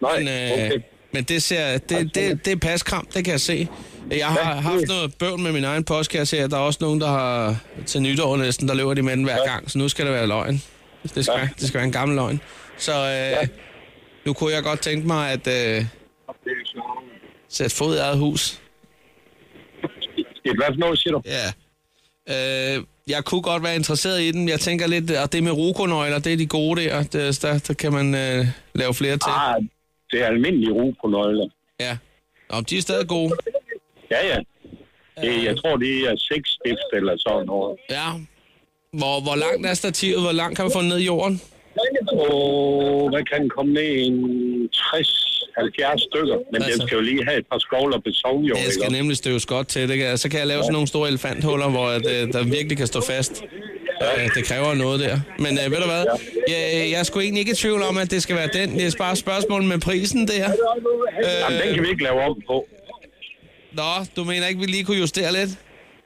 Speaker 10: Nej,
Speaker 1: Men, øh,
Speaker 10: okay.
Speaker 1: men det, ser, det, det, det er paskram, det kan jeg se. Jeg har
Speaker 10: Ja,
Speaker 1: haft
Speaker 10: det-
Speaker 1: noget bøvl med min egen postkasse her. Der er også nogen, der har til nytår næsten, der løber de med den hver gang. Så nu skal det være løgn. Det skal,
Speaker 10: Ja.
Speaker 1: være, det skal være en gammel løgn. Så øh, nu kunne jeg godt tænke mig at øh, sætte fod i eget hus.
Speaker 10: I hvert fald noget, siger du?
Speaker 1: Ja. Øh, jeg kunne godt være interesseret i den. Jeg tænker lidt, og det med rokonøgler, det er de gode der. Det, der, der kan man øh, lave flere til.
Speaker 10: Ah, det er almindelige ro på nøgler.
Speaker 1: Ja. Nå, de er stadig gode. Øh.
Speaker 10: Ja, ja. Det, jeg tror, det er seks stift eller sådan noget.
Speaker 1: Ja. Hvor, hvor langt er stativet? Hvor langt kan man få den ned i jorden?
Speaker 10: Og hvad kan den komme ned i en 60-70 stykker? Men altså.
Speaker 1: Altså.
Speaker 10: den skal jo lige have et par skovler på sovn, jo.
Speaker 1: Det
Speaker 10: ikke
Speaker 1: skal
Speaker 10: også?
Speaker 1: nemlig støves godt til. Det kan, så kan jeg lave sådan nogle store elefanthuller, hvor at, øh, der virkelig kan stå fast. Øh, det kræver noget der. Men øh, ved du hvad? Jeg, jeg er sgu egentlig ikke i tvivl om, at det skal være den. Det er bare spørgsmålet med prisen der.
Speaker 10: Jamen, den kan vi ikke lave om på.
Speaker 1: Nå, du mener ikke, vi lige kunne justere lidt?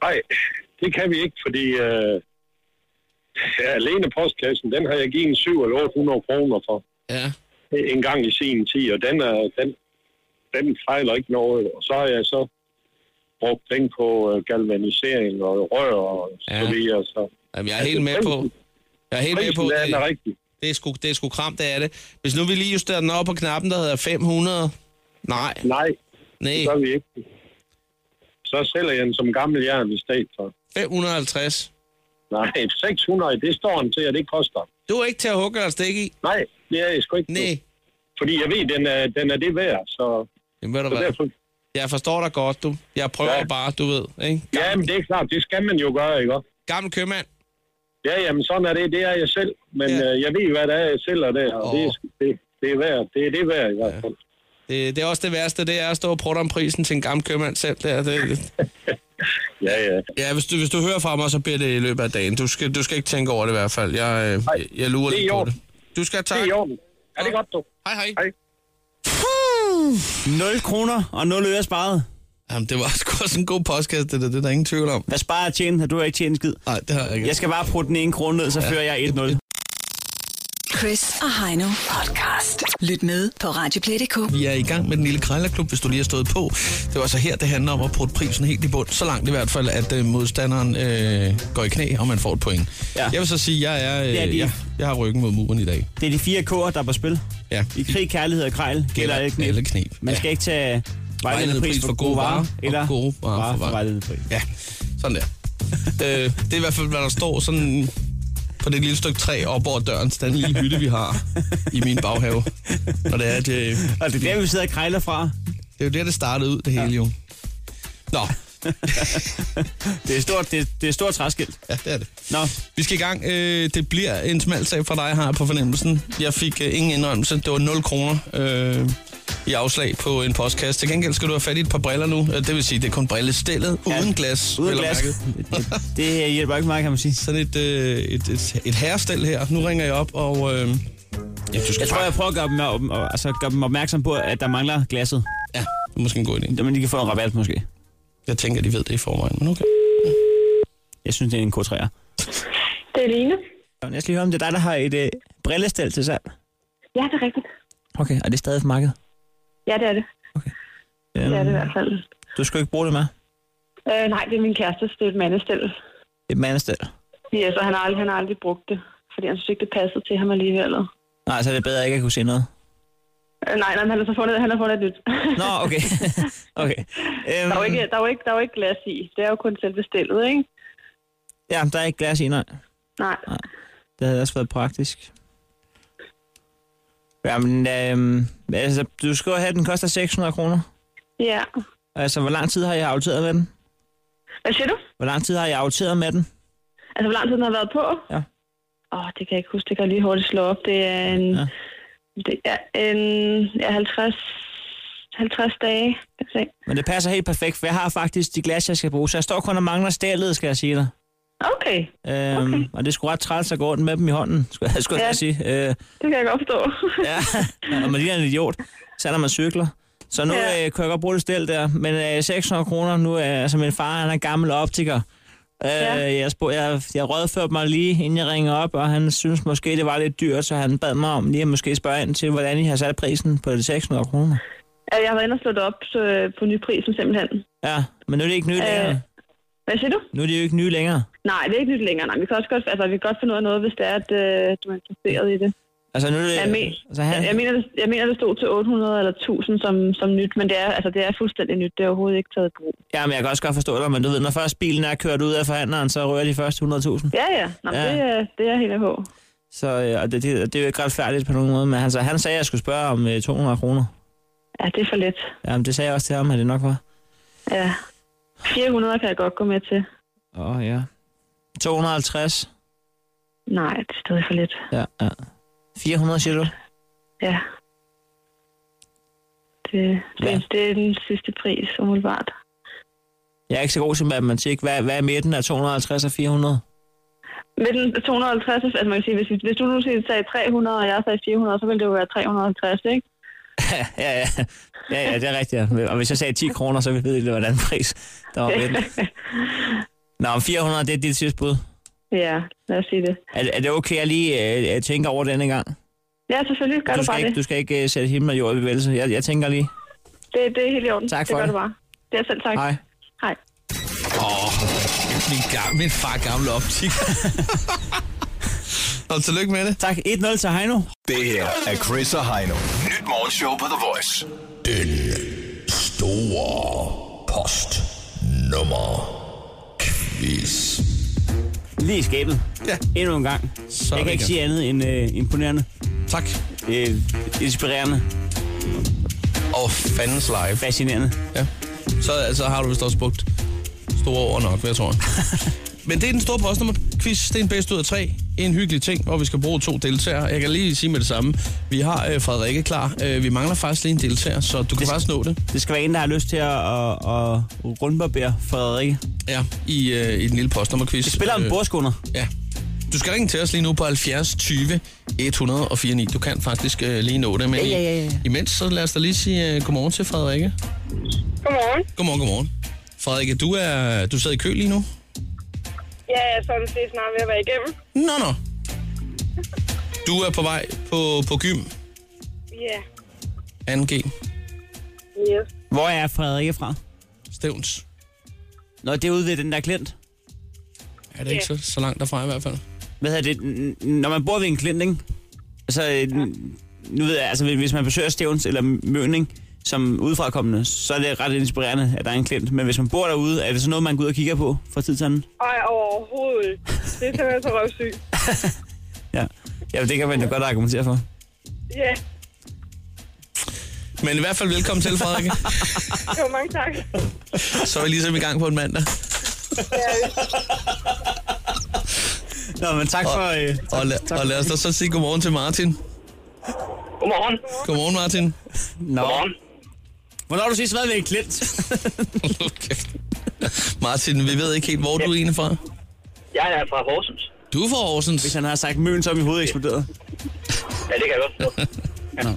Speaker 10: Nej, det kan vi ikke, fordi øh, alene postkassen, den har jeg givet en 7 eller 800 kroner for
Speaker 1: Ja.
Speaker 10: en gang i sin tid, og den, er, den, den fejler ikke noget. Og så har jeg så brugt penge på øh, galvanisering og rør og
Speaker 1: Ja.
Speaker 10: så videre. Så. Altså,
Speaker 1: Jamen, jeg er helt med på. Jeg er helt med på.
Speaker 10: Prisen den er altså
Speaker 1: Det,
Speaker 10: rigtig.
Speaker 1: det, er sgu, det er sgu kram, det er det. Hvis nu vi lige justerer den op på knappen, der hedder 500. Nej,
Speaker 10: Nej, det
Speaker 1: nej.
Speaker 10: gør vi ikke. Så sælger jeg den som gammel jern i stedet for.
Speaker 1: 550.
Speaker 10: Nej, 600, det står han til, at det koster.
Speaker 1: Du er ikke til at hugge eller stikke i?
Speaker 10: Nej, det er jeg sgu ikke.
Speaker 1: Nej.
Speaker 10: Fordi jeg ved, den er, den er det værd, så,
Speaker 1: Jamen, ved du
Speaker 10: så
Speaker 1: hvad?
Speaker 10: derfor...
Speaker 1: Jeg forstår dig godt, du. Jeg prøver ja.
Speaker 10: Ja.
Speaker 1: bare, du ved. Ikke?
Speaker 10: Ja, men det er klart, det skal man jo gøre, ikke også?
Speaker 1: Gammel købmand.
Speaker 10: Ja, jamen sådan er det, det er jeg selv. Men
Speaker 1: Ja.
Speaker 10: ja. øh, jeg ved, hvad det er, jeg sælger der, og
Speaker 1: Åh.
Speaker 10: oh. det, er- det, det er værd, det er det værd i hvert fald.
Speaker 1: Det, det er også det værste, det er at stå og prutte om prisen til en gammel købmand selv. Det er, det.
Speaker 10: Ja, ja.
Speaker 1: Ja, hvis du, hvis du hører fra mig, så bliver det i løbet af dagen. Du skal, du skal ikke tænke over det i hvert fald. Jeg, øh, jeg, jeg lurer
Speaker 10: det er
Speaker 1: lidt
Speaker 10: i
Speaker 1: på det.
Speaker 10: orden.
Speaker 1: Du skal
Speaker 10: Det
Speaker 1: tak.
Speaker 10: er i orden. Er det godt, du?
Speaker 1: Hej, hej.
Speaker 10: Hej.
Speaker 2: 0 kroner og 0 øre sparet.
Speaker 1: Jamen, det var sgu også en god podcast, det, der. det er der ingen tvivl om.
Speaker 2: Hvad sparer jeg tjene? Har du ikke tjent en skid?
Speaker 1: Nej, det har jeg ikke.
Speaker 2: Jeg skal bare putte den ene krone ned, så fører jeg 1-0.
Speaker 3: Chris og Heino podcast. Lyt med på Radioplay.dk.
Speaker 1: Vi er i gang med den lille krejlerklub, hvis du lige har stået på. Det var altså her, det handler om at putte prisen helt i bund. Så langt i hvert fald, at øh, modstanderen øh, går i knæ, og man får et point. Ja.
Speaker 2: Ja.
Speaker 1: Jeg vil så sige, jeg er, øh,
Speaker 2: Det er de.
Speaker 1: jeg, jeg har ryggen mod muren i dag.
Speaker 2: Det er de fire K'er, der er på spil.
Speaker 1: Ja.
Speaker 2: I krig, kærlighed og krejl gælder alle knep.
Speaker 1: Alle knep.
Speaker 2: Man skal
Speaker 1: ja.
Speaker 2: ikke tage vejledende pris for gode varer,
Speaker 1: og
Speaker 2: eller
Speaker 1: gode varer for varer.
Speaker 2: for vejledende pris.
Speaker 1: Ja, sådan der. øh, det er i hvert fald, hvad der står sådan på det lille stykke træ op over døren til den lille hytte, vi har i min baghave. Og det er, at øh,
Speaker 2: Og det er der, vi sidder og krejler fra.
Speaker 1: det er jo der, det startede ud, det hele ja. jo. Nå,
Speaker 2: Det er stort, det, det er et stort træskilt.
Speaker 1: ja, det er det.
Speaker 2: Nå,
Speaker 1: Vi skal i gang. Øh, det bliver en smal sag for dig, har jeg på fornemmelsen. Jeg fik øh, ingen indrømmelse. Det var 0 kroner øh, i afslag på en postkasse. Til gengæld skal du have fat i et par briller nu. Øh, Det vil sige, det er kun brillestillet, ja.
Speaker 2: Ja,
Speaker 1: uden glas.
Speaker 2: uden
Speaker 1: vel at
Speaker 2: glas.
Speaker 1: mærke.
Speaker 2: Det, det hjælper ikke meget, kan man sige.
Speaker 1: Sådan et, øh, et, et, et herrestel her. Nu ringer jeg op, og... Øh, ja, du skal
Speaker 2: Jeg tror, jeg prøver at gøre dem, op, altså, gøre dem opmærksom på, at der mangler glasset.
Speaker 1: Ja, det er måske en god idé.
Speaker 2: Så man lige kan få en rabat, måske.
Speaker 1: Jeg tænker, de ved det i forvejen, men okay.
Speaker 2: Jeg synes, det er en K3'er.
Speaker 11: Det er Line.
Speaker 2: Jeg skal lige høre, om det er dig, der har et øh, brillestel til salg.
Speaker 11: Ja, det er rigtigt.
Speaker 2: Okay, og det er stadig for markedet?
Speaker 11: Ja, det er det.
Speaker 2: Øhm,
Speaker 11: Det er det i hvert fald.
Speaker 2: Du skal jo ikke bruge det med.
Speaker 11: Øh, nej, det er min kæreste, det er et mandestil.
Speaker 2: Et mandestel.
Speaker 11: Ja, så han har aldrig, han har aldrig brugt det, fordi han synes ikke, det passede til ham alligevel.
Speaker 2: Nej, så er det bedre ikke at kunne se noget.
Speaker 11: Øh, nej, nej, men han har så fundet, han har fundet et nyt.
Speaker 2: Nå, okay. okay. Øhm,
Speaker 11: der, er jo ikke, der, er jo ikke, der er jo ikke glas i. Det er jo kun selve stillet, ikke?
Speaker 2: Ja, der er ikke glas i, nej.
Speaker 11: Nej.
Speaker 2: Det havde også været praktisk. Jamen, øhm, altså, du skal jo have, at den koster 600 kroner.
Speaker 11: Ja.
Speaker 2: Altså, hvor lang tid har jeg aftalt med den?
Speaker 11: Hvad siger du?
Speaker 2: Hvor lang tid har jeg aftalt med den?
Speaker 11: Altså, hvor lang tid den har været på?
Speaker 2: Ja.
Speaker 11: Åh, oh, det kan jeg ikke huske. Det kan jeg lige hurtigt slå op. Det er en...
Speaker 2: Ja.
Speaker 11: Ja. Det er en... Ja, 50... 50 dage, kan jeg se.
Speaker 2: Men det passer helt perfekt, for jeg har faktisk de glas, jeg skal bruge. Så jeg står kun og mangler stallet, skal jeg sige dig.
Speaker 11: Okay,
Speaker 2: Øhm, okay.
Speaker 11: Okay.
Speaker 2: Og det er sgu ret træls at gå rundt med dem i hånden, skulle jeg, skulle jeg
Speaker 11: Ja.
Speaker 2: sige. Øh,
Speaker 11: det kan jeg godt forstå.
Speaker 2: ja, og man ligner en idiot, så når man cykler. Så nu ja. øh, kunne jeg godt bruge det stel der. Men øh, 600 kroner, nu er altså min far, han er gammel optiker. Øh, ja. jeg, spurg, jeg, jeg rådførte mig lige, inden jeg ringede op, og han synes måske, det var lidt dyrt, så han bad mig om lige at måske spørge ind til, hvordan I har sat prisen på de 600 kroner.
Speaker 11: Ja, Jeg har været inde og slå det op så, øh, på nyprisen simpelthen.
Speaker 2: Ja, men nu er det ikke nyt
Speaker 11: Øh.
Speaker 2: længere.
Speaker 11: Hvad siger du?
Speaker 2: Nu er det jo ikke nye længere.
Speaker 11: Nej, det er ikke nyt længere. Nej, vi kan også godt, altså, vi kan godt finde ud af noget, hvis det er, at øh, du er interesseret i det.
Speaker 2: Altså nu er det...
Speaker 11: Jeg, men,
Speaker 2: altså, han,
Speaker 11: jeg, jeg, mener, det, jeg mener, det stod til 800 eller 1000 som, som nyt, men det er, altså, det er fuldstændig nyt. Det er overhovedet ikke taget i brug.
Speaker 2: Jamen, jeg kan også godt forstå dig, men du ved, når først bilen er kørt ud af forhandleren, så rører de første 100.000.
Speaker 11: Ja, ja. Nå,
Speaker 2: Ja.
Speaker 11: ja. Det, er- det er helt af hår.
Speaker 2: Så øh, og det, det, det, er jo ikke ret færdigt på nogen måde, men han, så, han sagde, at jeg skulle spørge om øh, 200 kroner.
Speaker 11: Ja, det er for lidt.
Speaker 2: Jamen, det sagde jeg også til ham, at det nok var.
Speaker 11: Ja. 400 kan jeg godt gå med til.
Speaker 2: Åh, oh, ja. 250.
Speaker 11: Nej, det er stadig for lidt.
Speaker 2: Ja, ja. 400, siger du?
Speaker 11: Ja. Det, det,
Speaker 2: Ja.
Speaker 11: ja. det er den sidste pris, umiddelbart.
Speaker 2: Jeg er ikke så god til matematik. Hvad, hvad er midten af 250 og 400?
Speaker 11: Mellem 250, altså man kan sige, hvis, vi- hvis du nu siger- sagde 300, og jeg sagde 400, så ville det jo være 350, ikke?
Speaker 2: ja, ja, ja, ja, det er rigtigt. ja. Og hvis jeg sagde 10 kroner, så ved I, det var den pris, der var midten. Nå, om 400, det er dit sidste bud.
Speaker 11: ja, lad os sige det.
Speaker 2: Er, er det okay, at jeg lige øh, øh, tænker over denne gang?
Speaker 11: Ja, selvfølgelig, gør
Speaker 2: du
Speaker 11: du,
Speaker 2: skal
Speaker 11: bare
Speaker 2: ikke,
Speaker 11: det.
Speaker 2: Du skal ikke uh, sætte himmel og jord i bevægelse. Jeg, jeg tænker lige.
Speaker 11: det. Det er helt i orden.
Speaker 2: Tak
Speaker 11: det
Speaker 2: for
Speaker 11: gør
Speaker 2: det.
Speaker 11: du bare. Det er selv tak.
Speaker 2: Hej.
Speaker 11: Hej.
Speaker 1: Åh, min, gam, min far gamle optiker. Nå, tillykke med det.
Speaker 2: Tak. 1-0 til Heino.
Speaker 12: Det her er Chris og Heino. Nyt morgenshow på The Voice.
Speaker 13: Den store post nummer quiz.
Speaker 2: Lige i skabet. Ja. Endnu en gang. Så jeg kan ikke
Speaker 13: lækkert.
Speaker 2: sige andet end øh, imponerende.
Speaker 1: Tak.
Speaker 2: Øh, inspirerende.
Speaker 1: Og fandens live.
Speaker 2: Fascinerende.
Speaker 1: Ja. Så, så har du vist også brugt store ord nok, hvad jeg tror. Men det er den store postnummer-quiz. Det er en bedst ud af tre. En hyggelig ting, hvor vi skal bruge to deltagere. Jeg kan lige sige med det samme. Vi har øh, Frederikke klar. Øh, vi mangler faktisk lige en deltager, så du kan faktisk nå det.
Speaker 2: Det skal være en, der har lyst til at, at, at rundbarbere Frederik.
Speaker 1: Ja, i, øh, i den lille postnummerquiz. Vi
Speaker 2: spiller om bordskunder.
Speaker 1: Øh, Ja. Du skal ringe til os lige nu på 70 20 104 9. Du kan faktisk øh, lige nå det. Men
Speaker 2: Ja, ja, ja, ja.
Speaker 1: i- imens, så lad os da lige sige øh, godmorgen til Frederikke.
Speaker 14: Godmorgen.
Speaker 1: Godmorgen, godmorgen. Frederikke, du, er, du sidder i kø lige nu.
Speaker 14: Ja, jeg er sådan set snart ved at være igennem.
Speaker 1: Nå, nå. Du er på vej på, på gym,
Speaker 14: Ja.
Speaker 1: 2G.
Speaker 14: Yes.
Speaker 2: Hvor er Frederikke fra?
Speaker 1: Stævns.
Speaker 2: Nå, det er ude ved den der klint.
Speaker 1: Er det ikke så, så langt derfra i hvert fald?
Speaker 2: Hvad hedder det? N- n- Når man bor ved en klint, ikke? Så, øh, n- nu ved jeg, altså hvis man besøger Stævns eller Møn, ikke? som udefrakommende, så er det ret inspirerende, at der er en klint. Men hvis man bor derude, er det så noget, man går ud og kigger på fra tid til anden?
Speaker 14: Ej, overhovedet. ikke. Det er simpelthen så røvsyg.
Speaker 2: Ja. ja, det kan man da godt argumentere for.
Speaker 14: Ja,
Speaker 1: Men i hvert fald velkommen til, Frederikke.
Speaker 14: jo, mange tak.
Speaker 1: Så er vi ligesom i gang på en mandag.
Speaker 14: Ja,
Speaker 2: Nå, men tak for... Øh, tak,
Speaker 1: og, la- og lad os da så sige godmorgen til Martin.
Speaker 8: Godmorgen.
Speaker 1: Godmorgen, Martin.
Speaker 2: Nå. Godmorgen. Hvornår har du sidst været ved en klint?
Speaker 1: Martin, vi ved ikke helt, hvor du er egentlig fra.
Speaker 8: Jeg er fra Horsens.
Speaker 1: Du er fra Horsens.
Speaker 2: Hvis han har sagt møn, så er mit hoved eksploderet.
Speaker 8: Ja, det kan jeg godt forstå.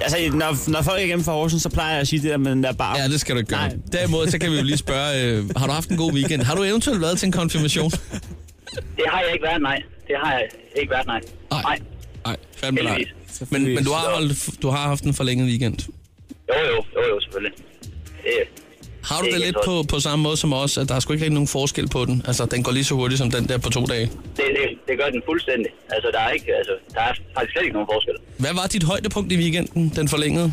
Speaker 2: Altså, når, når folk er igennem fra Horsens, så plejer jeg at sige det der med den der bar. Ja,
Speaker 1: det skal du ikke gøre. Derimod, så kan vi jo lige spørge, øh, har du haft en god weekend? Har du eventuelt været til en konfirmation?
Speaker 8: Det har jeg ikke været, nej. Det har jeg ikke været, nej.
Speaker 1: Nej. Nej, fandme nej. Men, men du, har holdt, du har haft en forlænget weekend.
Speaker 8: Jo, jo, jo, jo, selvfølgelig. Øh,
Speaker 1: Har du
Speaker 8: Ikke
Speaker 1: det lidt
Speaker 8: så-
Speaker 1: på, på samme måde som os, at der er sgu ikke rigtig nogen forskel på den? Altså, den går lige så hurtigt som den der på to dage.
Speaker 8: det, det, det gør den fuldstændig. Altså, der er, ikke, altså, der er faktisk slet ikke nogen forskel.
Speaker 1: Hvad var dit højdepunkt i weekenden, den forlængede?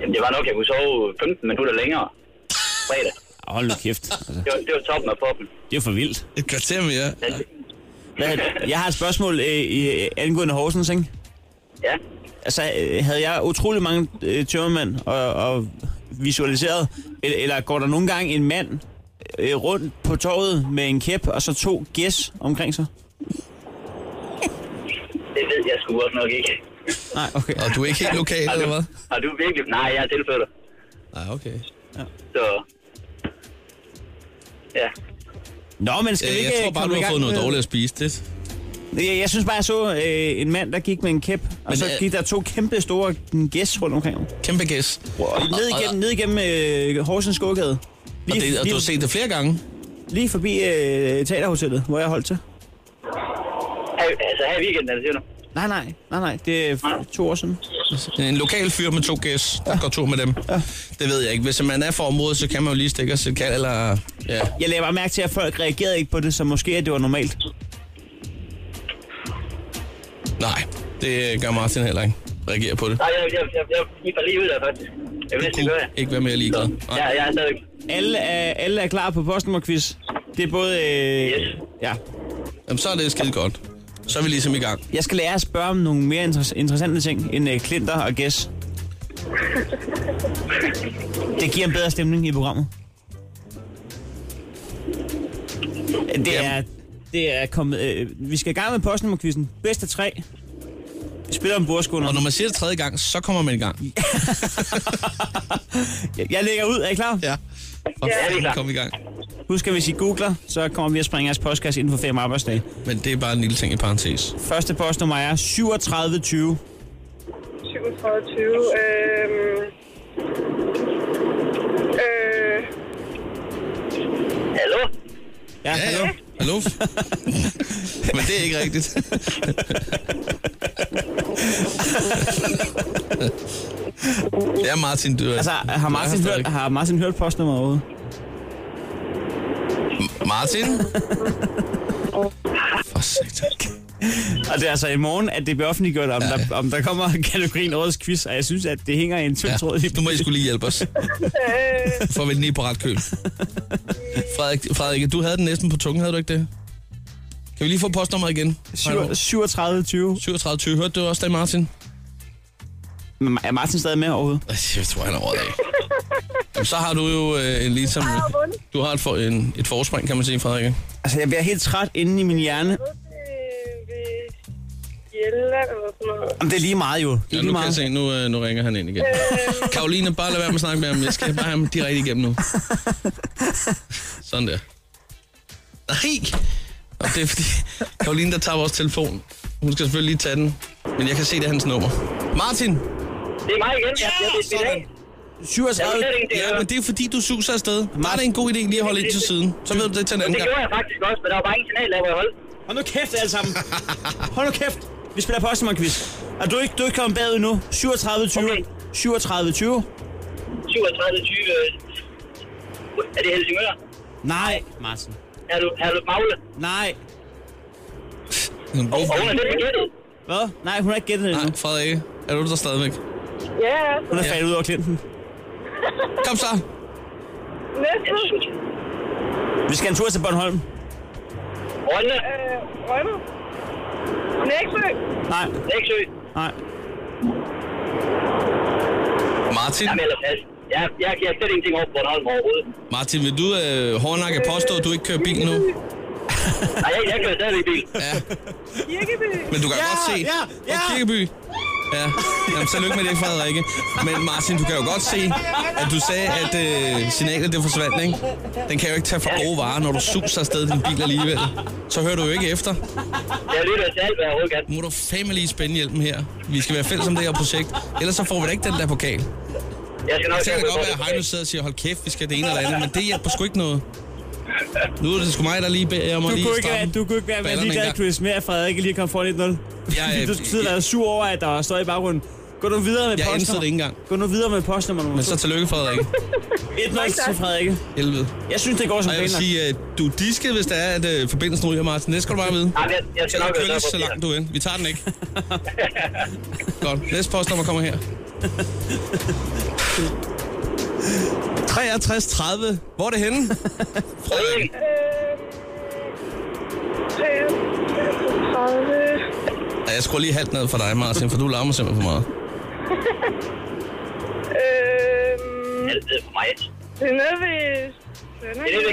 Speaker 8: Jamen, det var nok, jeg kunne sove 15 minutter længere fredag.
Speaker 2: Hold nu kæft. Altså.
Speaker 8: Det, var, det var toppen af poppen.
Speaker 2: Det er for vildt.
Speaker 1: Et kvarter mere.
Speaker 2: Hvad, jeg har et spørgsmål øh, i, angående Horsens, ikke?
Speaker 8: Ja.
Speaker 2: Altså, øh, havde jeg utrolig mange øh, tømmermænd og, og visualiseret, eller, eller går der nogle gange en mand øh, rundt på torvet med en kæp og så to gæs omkring sig?
Speaker 8: Det ved jeg sgu også nok ikke.
Speaker 2: Nej, okay.
Speaker 1: Og du er ikke helt lokal,
Speaker 8: Har du-
Speaker 1: eller hvad?
Speaker 8: Har du virkelig? Nej, jeg er tilflytter.
Speaker 1: Nej, Ah, okay.
Speaker 8: Så... Ja.
Speaker 2: Nå, men skal
Speaker 1: Øh,
Speaker 2: vi
Speaker 1: jeg
Speaker 2: ikke
Speaker 1: tror bare,
Speaker 2: komme
Speaker 1: du
Speaker 2: i
Speaker 1: har
Speaker 2: gang
Speaker 1: fået noget
Speaker 2: med-
Speaker 1: dårligt at spise. Det,
Speaker 2: Jeg, jeg synes bare, jeg så øh, en mand, der gik med en kæp, og
Speaker 1: Men,
Speaker 2: Men, så
Speaker 1: øh,
Speaker 2: gik der to kæmpe store gæs rundt omkring.
Speaker 1: Kæmpe gæs. Wow.
Speaker 2: Ned igennem, ned igennem øh, Horsens gågade.
Speaker 1: Og, det, og du har set det flere gange?
Speaker 2: Lige forbi øh, teaterhotellet, hvor jeg holdt til.
Speaker 8: Altså her i weekenden, er det siger du?
Speaker 2: Nej, nej, nej, nej. Det er for to år siden.
Speaker 1: En lokal fyr med to gæs, der går tur med dem. Ja. Det ved jeg ikke. Hvis man er for området, så kan man jo lige stikke os et kald, eller... Ja.
Speaker 2: Jeg lagde bare mærke til, at folk reagerede ikke på det, så måske at det var normalt.
Speaker 1: Nej, det gør Martin heller ikke. Reagerer på det.
Speaker 8: Nej, jeg, jeg, jeg, jeg kipper lige ud der faktisk. Jeg vil næsten gøre det.
Speaker 1: Ikke være mere ligeglad. Nej.
Speaker 8: Ja, jeg er stadigvæk.
Speaker 2: Alle er, alle er klar på postnummerquiz. Det er både... Øh, yes. Ja.
Speaker 1: Jamen, så er det skide godt. Så er vi ligesom i gang.
Speaker 2: Jeg skal lære at spørge om nogle mere inter- interessante ting end øh, klinter og gæs. Det giver en bedre stemning i programmet. Det er, det er kommet... Øh, vi skal i gang med postnummerquizzen. Bedste tre. Vi spiller om bordskunder.
Speaker 1: Og når man siger det tredje gang, så kommer man i gang.
Speaker 2: Jeg, jeg lægger ud. Er I klar?
Speaker 1: Ja.
Speaker 2: Ja,
Speaker 1: vi er klar. Kom i gang.
Speaker 2: Husk, at hvis I googler, så kommer vi at springe jeres postkasse inden for fem arbejdsdage.
Speaker 1: Men det er bare en lille ting i parentes.
Speaker 2: Første postnummer er 3720.
Speaker 14: 37, 20. Øhm... Øh...
Speaker 8: Hallo?
Speaker 2: Ja, hallo.
Speaker 1: Hallo? Men det er ikke rigtigt. det er Martin, du
Speaker 2: Altså, har Martin, hørt, har Martin hørt postnummeret overhovedet?
Speaker 1: Martin? For satan.
Speaker 2: Og det er altså i morgen, at det bliver offentliggjort, om, ja. der, om der kommer kategorien årets quiz, og jeg synes, at det hænger i en tynd tråd.
Speaker 1: Nu må I skulle lige hjælpe os.
Speaker 14: øh,
Speaker 1: For vi den lige på ret køl. Frederik, Frederik, du havde den næsten på tungen, havde du ikke det? Kan vi lige få postnummeret igen?
Speaker 2: 3720.
Speaker 1: 3720. Hørte du også det, Martin?
Speaker 2: Men er Martin stadig med overhovedet?
Speaker 1: Jeg tror, han er over det. Jamen, så har du jo øh, en ligesom... Du har et, for, en, et forspring, kan man sige, Frederik.
Speaker 2: Altså, jeg bliver helt træt inde i min hjerne.
Speaker 14: Jælland eller sådan noget.
Speaker 2: Jamen, det er lige meget jo. Det er
Speaker 1: Ja,
Speaker 2: lige
Speaker 1: nu kan jeg
Speaker 2: meget.
Speaker 1: se, nu, øh, nu ringer han ind igen.
Speaker 8: Øh.
Speaker 1: Karoline, bare lad være med at snakke med ham. Jeg skal bare have ham direkte igennem nu. Sådan der. Nej! Og det er fordi, Karoline, der tager vores telefon. Hun skal selvfølgelig lige tage den. Men jeg kan se, det er hans nummer. Martin!
Speaker 8: Det er mig igen. Ja, jeg vidste i dag.
Speaker 2: 37.
Speaker 1: Ja, men det er fordi, du suser afsted. Var det en god idé lige at holde ind til siden? Så ved du det til en anden
Speaker 8: Det
Speaker 1: gang.
Speaker 8: gjorde jeg faktisk også, men der var bare ingen signal, der var holdt.
Speaker 2: Hold nu kæft, alle sammen. Hold nu kæft. Vi spiller postnummerquiz. Og du er ikke, du er ikke kommet bagud nu. 3720. Okay. 3720.
Speaker 8: 37, 20. øh. Er det Helsingør?
Speaker 2: Nej, Martin.
Speaker 8: Er du, er du Magle?
Speaker 2: Nej.
Speaker 8: Og hun er lidt gættet.
Speaker 2: Hvad? Nej, hun har ikke gættet det endnu.
Speaker 1: Nej, Frederik, er du der stadigvæk?
Speaker 14: Ja,
Speaker 2: Hun er faldet ud over klinten.
Speaker 1: Kom så!
Speaker 14: næste.
Speaker 2: Vi skal en tur til Bornholm.
Speaker 8: Rønne?
Speaker 14: Øh, Rønne. Næksø.
Speaker 2: Nej,
Speaker 8: Næksø?
Speaker 2: nej.
Speaker 1: Martin,
Speaker 8: Jeg melder fast. Jeg, jeg, jeg slet ingenting over på Bornholm overhovedet.
Speaker 1: Martin vil du øh, hårdnakket påstå, at du ikke kører bil nu?
Speaker 8: Nej, jeg, jeg kører stadigvæk bil.
Speaker 1: Ja,
Speaker 14: Kirkeby.
Speaker 1: men du kan
Speaker 2: Ja,
Speaker 1: godt se.
Speaker 2: ja, ja.
Speaker 1: Og Kirkeby. Ja, Jamen, så lykke med det, Frederik. Men Martin, du kan jo godt se, at du sagde, at øh, signalet det forsvandt, ikke? Den kan jo ikke tage for gode varer, når du suser afsted din bil alligevel. Så hører du jo ikke efter.
Speaker 8: Jeg lytter til alt, hvad jeg overhovedet kan.
Speaker 1: Nu må du fandme lige spænde hjælpen her. Vi skal være fælles om det her projekt. Ellers så får vi da ikke den der pokal.
Speaker 8: Jeg skal nok
Speaker 1: Så kan det
Speaker 8: jeg
Speaker 1: godt være, at Heino sidder og siger, hold kæft, vi skal det ene eller andet, men det hjælper sgu ikke noget. Nu er det sgu mig, der lige beder om
Speaker 2: Du
Speaker 1: at lige
Speaker 2: kunne, ikke være,
Speaker 1: stramme
Speaker 2: du kunne ikke være mere
Speaker 1: ballerne en
Speaker 2: ligeglad,
Speaker 1: gang.
Speaker 2: Chris, med at Frederik ikke lige kom foran 1-0.
Speaker 1: Jeg- øh,
Speaker 2: Fordi du skulle sidde og være sur over, at der var støj i baggrunden. Gå nu videre med
Speaker 1: Jeg indså
Speaker 2: postnummer.
Speaker 1: det ikke engang.
Speaker 2: Gå nu videre med postnummer nummer
Speaker 1: Men så
Speaker 2: 1-0
Speaker 1: tillykke, Frederik.
Speaker 2: til Frederik.
Speaker 1: Helvede.
Speaker 2: Jeg synes, det går som
Speaker 1: Og jeg vil
Speaker 2: planlagt.
Speaker 1: sige, at du er disket, hvis det er, at øh, forbindelsen ryger, Martin. Det skal du bare vide.
Speaker 8: Nej, jeg, jeg
Speaker 1: Så
Speaker 8: skal
Speaker 1: du
Speaker 8: nok
Speaker 1: kører lige
Speaker 8: på
Speaker 1: så langt du er. Vi tager den ikke. Godt. Næste postnummer kommer her. 6330. Hvor er det henne? Frederik.
Speaker 14: Øh, 33.
Speaker 1: Ja, jeg skruer lige halvt ned for dig, Martin, for du larmer simpelthen for meget.
Speaker 14: Øh,
Speaker 8: Altid for mig.
Speaker 14: det er nede ved...
Speaker 8: Det er det, vi kan Det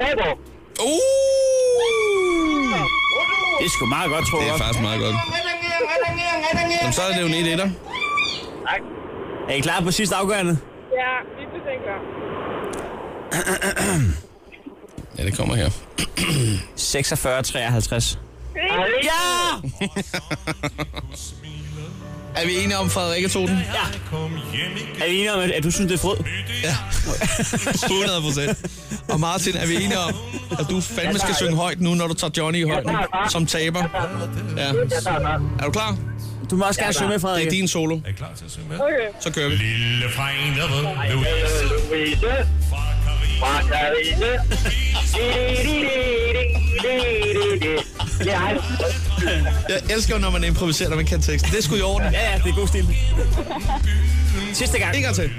Speaker 8: er det, vi kan
Speaker 1: Uh!
Speaker 2: Det er sgu meget godt, tror
Speaker 1: Det er
Speaker 2: jeg.
Speaker 1: faktisk meget godt. Jamen, så er det jo en 1
Speaker 8: Tak.
Speaker 2: Er I klar på sidste afgørende?
Speaker 14: Ja, lige præcis klar.
Speaker 1: Ja, det kommer her.
Speaker 2: 46-53. Ja!
Speaker 1: Er vi enige om, Frederik tog den?
Speaker 2: Ja. Er vi enige om, at, at du synes, det er frød?
Speaker 1: Ja. 100 procent. Og Martin, er vi enige om, at du fandme skal synge højt nu, når du tager Johnny i hånden som taber? Ja. Er du klar?
Speaker 2: Du må også gerne synge med, Frederik.
Speaker 1: Det er din solo.
Speaker 13: Er I klar til at synge med?
Speaker 14: Okay.
Speaker 1: Så kører vi.
Speaker 13: Lille Frejnerved, Louise.
Speaker 8: Fra Karine. Ja,
Speaker 1: Jeg elsker, når man improviserer, når man kan teksten. Det skulle i orden.
Speaker 2: Ja, ja, det er god stil. Sidste gang.
Speaker 1: En gang til.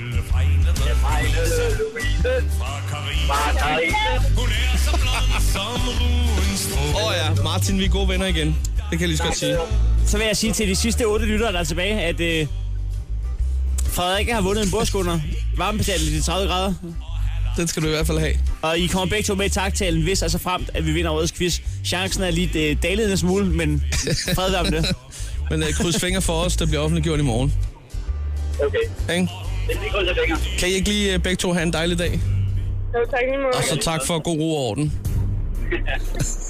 Speaker 1: Åh oh ja, Martin, vi er gode venner igen. Det kan jeg lige så godt sige.
Speaker 2: Så vil jeg sige til de sidste otte lyttere, der er tilbage, at øh, Frederik har vundet en bordskunder. Varmepedalet i 30 grader.
Speaker 1: Den skal du i hvert fald have.
Speaker 2: Og I kommer begge to med i taktalen, hvis altså fremt, at vi vinder årets quiz. Chancen er lidt øh, dalet en smule, men fred være om det.
Speaker 1: Men uh, kryds fingre for os, der bliver offentliggjort i morgen.
Speaker 8: okay.
Speaker 1: Ikke?
Speaker 8: Det er lige kun til fingre.
Speaker 1: Kan I ikke lige uh, begge to have en dejlig dag?
Speaker 14: Jo, tak lige måde.
Speaker 1: Og så tak for god ro og orden.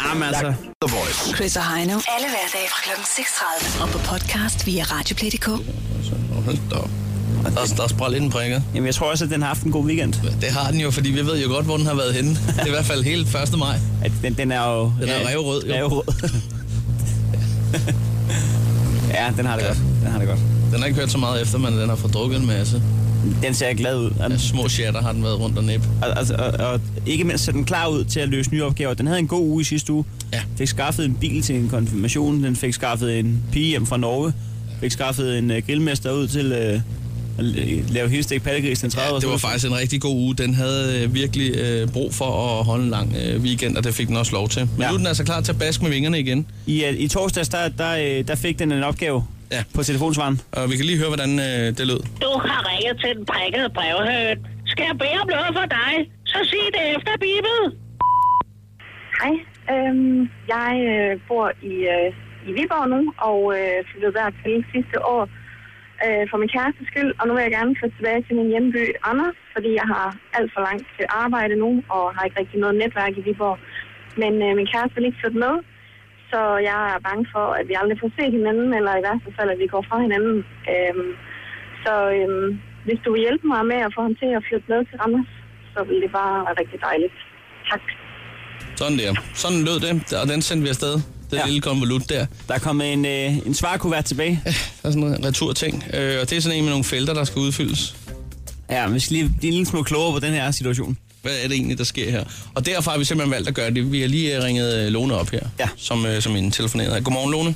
Speaker 2: Jamen altså.
Speaker 12: The Voice.
Speaker 3: Chris og Heino. Alle hverdage fra kl. 6.30. Og på podcast via Radioplay.dk.
Speaker 1: Hold da op. Der er, der er spræl inden prikker.
Speaker 2: Jamen, jeg tror også, at den har haft en god weekend.
Speaker 1: Det har den jo, fordi vi ved jo godt, hvor den har været henne. Det er i hvert fald hele 1. maj.
Speaker 2: At den, den er jo...
Speaker 1: Den er ræverød, jo.
Speaker 2: Ræverød. ja, den har det godt. Den har det godt.
Speaker 1: Den har ikke hørt så meget efter, men den har fået drukket en masse.
Speaker 2: Den ser glad ud. Og,
Speaker 1: Ja, små shatter har den været rundt og næb.
Speaker 2: og, altså, og, og ikke mindst ser den klar ud til at løse nye opgaver. Den havde en god uge i sidste uge.
Speaker 1: Ja.
Speaker 2: Fik skaffet en bil til en konfirmation. Den fik skaffet en pige hjem fra Norge. Fik skaffet en uh, grillmester ud til uh, at la- lave hildestegt pattegris den 30
Speaker 1: Ja, det var faktisk en rigtig god uge. Den havde øh, virkelig øh, brug for at holde en lang øh, weekend, og det fik den også lov til. Men ja.
Speaker 2: Ja.
Speaker 1: nu er den altså klar til at baske med vingerne igen.
Speaker 2: I, øh, I torsdags, der, der, øh, der fik den en opgave
Speaker 1: Ja.
Speaker 2: på telefonsvaren.
Speaker 1: Og vi kan lige høre, hvordan øh, det lød.
Speaker 15: Du har ringet til den prikkede brevhøn. Skal jeg bede om noget for dig, så sig det efter bibel.
Speaker 14: Hej. Øhm, jeg øh, bor i, øh, i Viborg nu, og øh, flyttede der til sidste år øh, for min kæreste skyld. Og nu vil jeg gerne flytte tilbage til min hjemby, Anders, fordi jeg har alt for langt til arbejde nu, og har ikke rigtig noget netværk i Viborg. Men øh, min kæreste vil ikke flytte med, så jeg er bange for, at vi aldrig får set hinanden, eller i værste fald, at vi går fra hinanden. Øhm, så øhm, hvis du vil hjælpe mig med at få ham til at flytte med til Randers, så vil det bare være rigtig dejligt. Tak.
Speaker 1: Sådan der. Sådan lød det, og den sendte vi afsted. Den ja.
Speaker 2: Ja.
Speaker 1: lille konvolut der.
Speaker 2: Der er kommet en, øh, en svarkuvert tilbage.
Speaker 1: Der er sådan en returting. Øh, og det er sådan en med nogle felter, der skal udfyldes.
Speaker 2: Ja, vi skal lige blive en lille smule klogere på den her situation.
Speaker 1: Hvad er det egentlig, der sker her? Og derfor har vi simpelthen valgt at gøre det. Vi har lige øh, ringet øh, Lone op her,
Speaker 2: Ja.
Speaker 1: som, øh, som en telefoneret her. Godmorgen, Lone.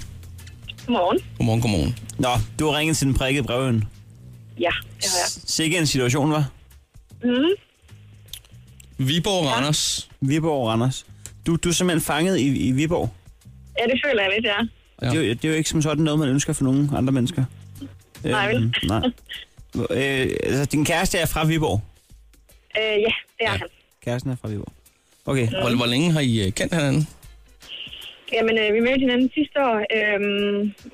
Speaker 14: Godmorgen.
Speaker 1: Godmorgen, godmorgen.
Speaker 2: Nå, du har ringet til den prikkede brevøen.
Speaker 14: Ja, det har jeg.
Speaker 2: Sikke en situation, var.
Speaker 14: Mm.
Speaker 1: Viborg ja. Randers.
Speaker 2: Viborg og Randers. Du, du er simpelthen fanget i, i Viborg.
Speaker 14: Ja, det føler jeg lidt, ja.
Speaker 2: Ja. Det, er jo, det er jo ikke som sådan noget, man ønsker for nogen andre mennesker. Øhm,
Speaker 14: Nej, vel?
Speaker 2: nej. Øh, altså, din kæreste er fra Viborg.
Speaker 14: Øh, ja, det er ja. han.
Speaker 2: Kæresten er fra Viborg. Okay,
Speaker 1: Hvor, hvor længe har I øh, kendt hinanden?
Speaker 14: Jamen, øh, vi mødte hinanden sidste år, øh,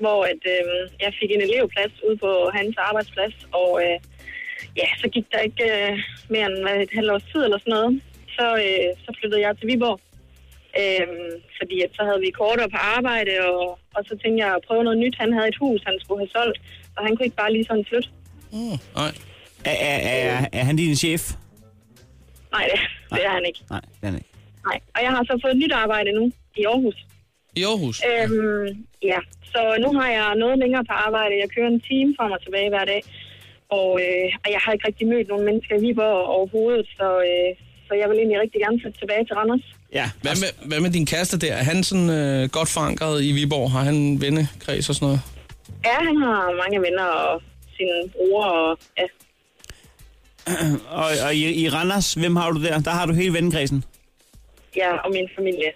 Speaker 14: hvor at, øh, jeg fik en elevplads ude på hans arbejdsplads, og øh, ja, så gik der ikke øh, mere end hvad, et halvt års tid eller sådan noget. Så, øh, så flyttede jeg til Viborg, øh, fordi at, så havde vi kortere på arbejde, og, og så tænkte jeg at prøve noget nyt. Han havde et hus, han skulle have solgt, og han kunne ikke bare lige sådan flytte.
Speaker 1: Nej.
Speaker 2: er, er, er, er han din chef?
Speaker 14: Nej, det, det er han ikke.
Speaker 2: Nej, det er han ikke.
Speaker 14: Nej. Og jeg har så fået nyt arbejde nu i Aarhus.
Speaker 1: I Aarhus?
Speaker 14: Øhm, ja, så nu har jeg noget længere på arbejde. Jeg kører en time frem og tilbage hver dag. Og, øh, og jeg har ikke rigtig mødt nogen mennesker i Viborg overhovedet, så, øh, så jeg vil egentlig rigtig gerne flytte tilbage til Randers.
Speaker 2: Ja,
Speaker 1: Hvad med, hvad med din kæreste der? Er han sådan øh, godt forankret i Viborg? Har han vennekreds og sådan noget?
Speaker 14: Ja, han har mange venner og sine bror og ja.
Speaker 2: og, og i, i Randers, hvem har du der? Der har du hele vennekredsen.
Speaker 14: Ja, og min familie.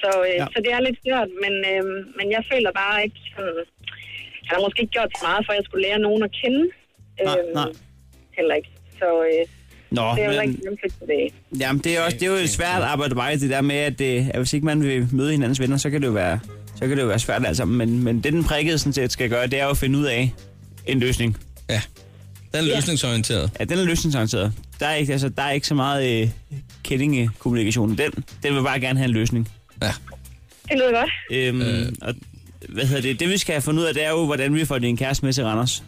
Speaker 14: Så, øh,
Speaker 2: Ja.
Speaker 14: ja. så det er lidt svært, men, øh, men jeg føler bare ikke sådan... Han har måske ikke gjort så meget, for at jeg skulle lære nogen at kende.
Speaker 2: Nej,
Speaker 14: Øhm,
Speaker 2: nej.
Speaker 14: Heller ikke. Så øh,
Speaker 2: Nå,
Speaker 14: det er jo
Speaker 2: men,
Speaker 14: rigtig nemt at flytte tilbage.
Speaker 2: jamen, det er, også, det er jo et svært arbejde bare, det der med, at, øh, at hvis ikke man vil møde hinandens venner, så kan det jo være, så kan det jo være svært altså. Men, men det, den prikkede sådan set skal gøre, det er jo at finde ud af en løsning.
Speaker 1: Ja. Den er
Speaker 14: Ja.
Speaker 1: løsningsorienteret.
Speaker 2: Ja, den er løsningsorienteret. Der er ikke, altså, der er ikke så meget øh, kettingekommunikation. Den, den vil bare gerne have en løsning.
Speaker 14: Det lyder godt.
Speaker 2: Øhm, øh. og, hvad hedder det? Det vi skal have fundet ud af, det er jo, hvordan vi får din kæreste med til Randers.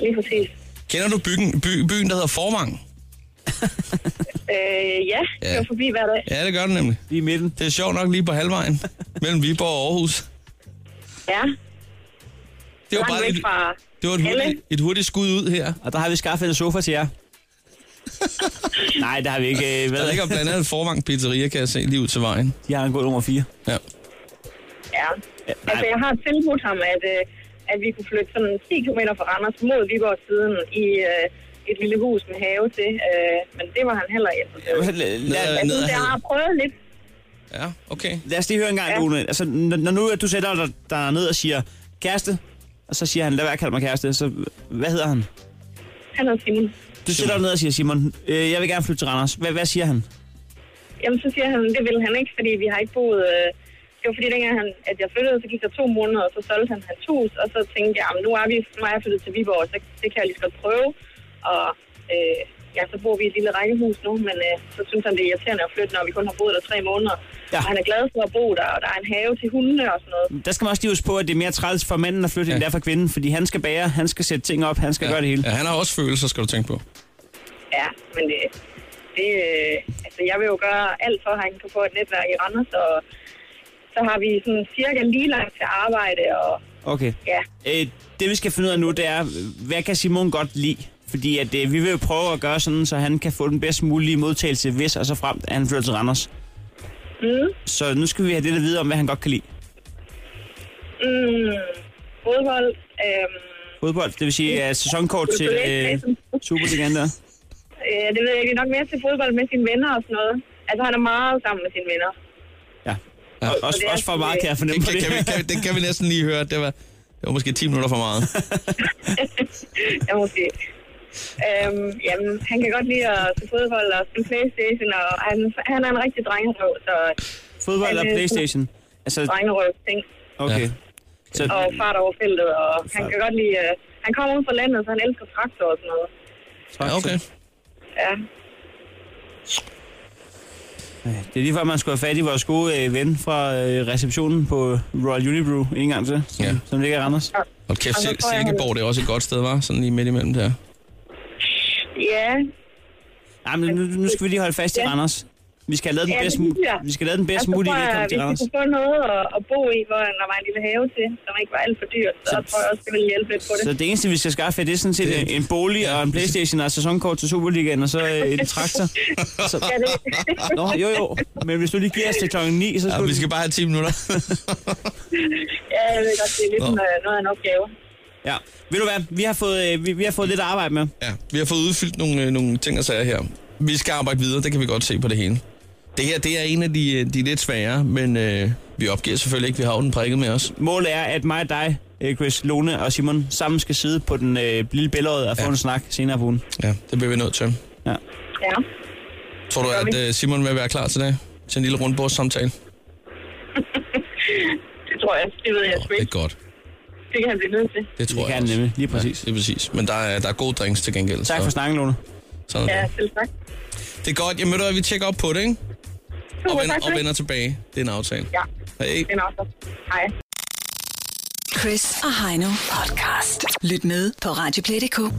Speaker 14: Lige præcis.
Speaker 1: Kender du byen, by, byen der hedder Formang?
Speaker 14: Øh, ja,
Speaker 1: Ja.
Speaker 14: jeg er forbi hver dag.
Speaker 1: Ja, det gør den nemlig.
Speaker 2: Lige i midten.
Speaker 1: Det er sjovt nok lige på halvvejen mellem Viborg og Aarhus.
Speaker 14: Ja.
Speaker 1: Det var bare
Speaker 14: væk
Speaker 1: et,
Speaker 14: fra
Speaker 1: det var et
Speaker 14: alle.
Speaker 1: hurtigt, et hurtigt skud ud her.
Speaker 2: Og der har vi skaffet en sofa til jer. Nej, der har vi ikke. Øh, hvad
Speaker 1: Der ligger blandt andet Formang Pizzeria, kan jeg se lige ud til vejen.
Speaker 2: De har en god nummer 4.
Speaker 1: Ja.
Speaker 14: Ja. Altså, jeg har tilbudt ham, at, øh, at vi kunne flytte sådan 10 km fra Randers mod Viborg siden i øh, et lille hus med have til. Øh, men det var han heller ikke. Jeg synes, jeg har prøvet lidt.
Speaker 1: Ja, okay.
Speaker 2: Lad os lige høre en gang, ja. Lone. Altså, når, når nu at du sætter dig der ned og siger, kæreste, og så siger han, lad være at kalde mig kæreste, så hvad hedder han?
Speaker 14: Han og Simon.
Speaker 2: Du sætter dig ned og siger, Simon, øh, jeg vil gerne flytte til Randers. Hvad, hvad siger han?
Speaker 14: Jamen, så siger han, det ville han ikke, fordi vi har ikke boet... Øh, det var fordi, dengang han, at jeg flyttede, så gik der to måneder, og så solgte han hans hus, og så tænkte jeg, "Jamen, nu er, vi, nu er jeg flyttet til Viborg, så det kan jeg lige så godt prøve. Og øh, ja, så bor vi i et lille rækkehus nu, men øh, så synes han, det er irriterende at flytte, når vi kun har boet der tre måneder. Ja. Og han er glad for at bo der, og der er en have til hundene og sådan noget.
Speaker 2: Der skal man også lige huske på, at det er mere træls for manden at flytte, ja. end det er for kvinden, fordi han skal bære, han skal sætte ting op, han skal ja. gøre det hele.
Speaker 1: Ja, han har også følelser, skal du tænke på.
Speaker 14: Ja, men det, det, øh, altså, jeg vil jo gøre alt for, at han kan få et netværk i Randers, og så har vi sådan cirka lige langt til arbejde, og
Speaker 2: Okay.
Speaker 14: ja,
Speaker 2: Øh, det vi skal finde ud af nu, det er, hvad kan Simon godt lide? Fordi at, øh, vi vil jo prøve at gøre sådan, så han kan få den bedst mulige modtagelse, hvis og så fremt, at han flytter til Randers.
Speaker 14: Mm.
Speaker 2: Så nu skal vi have det at vide om, hvad han godt kan lide.
Speaker 14: Mm, fodbold. Øhm,
Speaker 2: Fodbold, det vil sige uh, sæsonkort til uh, Superligaen der.
Speaker 14: øh, det ved jeg ikke. Det er nok mere til fodbold med sine venner og sådan noget. Altså, han er meget sammen med sine venner.
Speaker 2: Ja. Også,
Speaker 14: det er
Speaker 2: også for meget, kan jeg fornemme
Speaker 1: Det
Speaker 2: på
Speaker 1: kan,
Speaker 2: det.
Speaker 1: kan, vi, kan, vi- det kan vi næsten lige høre. Det var, det var måske 10 minutter for meget.
Speaker 14: ja, måske. Øhm, jamen, han kan godt lide at spille fodbold og spille Playstation, og han, han er en rigtig drengerøv, så...
Speaker 2: Fodbold
Speaker 14: han,
Speaker 2: eller
Speaker 14: øh,
Speaker 2: Playstation? Altså,
Speaker 14: Drengerøv, ting.
Speaker 2: okay. Så,
Speaker 14: Og fart over feltet, og han kan godt lide... Øh, han kommer ud fra landet, så han elsker traktor og sådan noget.
Speaker 1: Ja, okay.
Speaker 14: Ja.
Speaker 2: det er lige før, man skulle have fat i vores gode øh, ven fra øh, receptionen på Royal Unibrew en gang til, som, ja. som ligger i Randers.
Speaker 1: Og kæft,
Speaker 14: Og så
Speaker 1: Sil-
Speaker 14: tror jeg, han-
Speaker 1: Silkeborg, det er også et godt sted, var Sådan lige midt imellem der.
Speaker 14: Ja,
Speaker 2: Ej, men nu, nu skal vi lige holde fast i
Speaker 14: Ja.
Speaker 2: Randers. Vi skal have lavet den
Speaker 14: Ja,
Speaker 2: bedst,
Speaker 14: det synes jeg. Altså,
Speaker 2: mu- vi skal have lavet den bedst
Speaker 14: så
Speaker 2: mulige
Speaker 14: tror jeg,
Speaker 2: velkommen
Speaker 14: Hvis
Speaker 2: til
Speaker 14: vi
Speaker 2: Randers.
Speaker 14: kunne få noget at, at bo i, hvor der var en lille have til, som ikke var alt for dyrt, så, tror jeg også, det ville hjælpe lidt på det.
Speaker 2: Så det eneste, vi skal skaffe, det er sådan set en, en bolig og en Playstation og et sæsonkort til Superligaen, og så øh, en traktor. Så...
Speaker 14: Ja, det,
Speaker 2: Nå, jo jo, men hvis du lige giver os til klokken 9, så
Speaker 1: Ja,
Speaker 2: skulle
Speaker 1: vi skal bare have 10 minutter.
Speaker 14: ja, jeg ved godt, det er lidt
Speaker 1: Nå.
Speaker 14: en, øh, noget af en opgave.
Speaker 2: Ja, ved du hvad, vi har fået, øh, vi, vi har fået lidt at arbejde med.
Speaker 1: Ja, vi har fået udfyldt nogle, øh, nogle ting og sager her. Vi skal arbejde videre, det kan vi godt se på det hele. Det her, det er en af de, øh, de lidt svære, men øh, vi opgiver selvfølgelig ikke, vi har jo den prikket med os.
Speaker 2: Målet er, at mig og dig, øh, Chris, Lone og Simon, sammen skal sidde på den øh, lille billede og få ja. en snak senere på ugen.
Speaker 1: Ja, det bliver vi nødt til.
Speaker 2: Ja.
Speaker 14: Ja.
Speaker 1: Tror du, at øh, Simon vil være klar til det? Til en lille rundbordssamtale?
Speaker 14: Det tror jeg. Det ved jeg sgu
Speaker 1: Det
Speaker 14: ikke.
Speaker 1: er godt.
Speaker 14: Det kan han blive nødt til.
Speaker 1: Det tror
Speaker 2: Det
Speaker 1: jeg
Speaker 2: kan
Speaker 1: også.
Speaker 2: nemlig, lige præcis.
Speaker 1: Ja, lige præcis. Men der er, der er gode drinks til gengæld.
Speaker 2: Tak for snakken, Lone.
Speaker 1: Sådan
Speaker 14: Ja,
Speaker 1: er det.
Speaker 14: selv tak.
Speaker 1: Det er godt. Jamen, ved du hvad, vi tjekker op på det, ikke? Og
Speaker 14: Super,
Speaker 1: vender,
Speaker 14: tak for
Speaker 1: og
Speaker 14: det.
Speaker 1: vender tilbage. Det er en aftale.
Speaker 14: Ja,
Speaker 1: Hey.
Speaker 14: det er nok. så. Hej.
Speaker 3: Chris og Heino podcast. Lyt med på Radioplay.dk.
Speaker 1: Det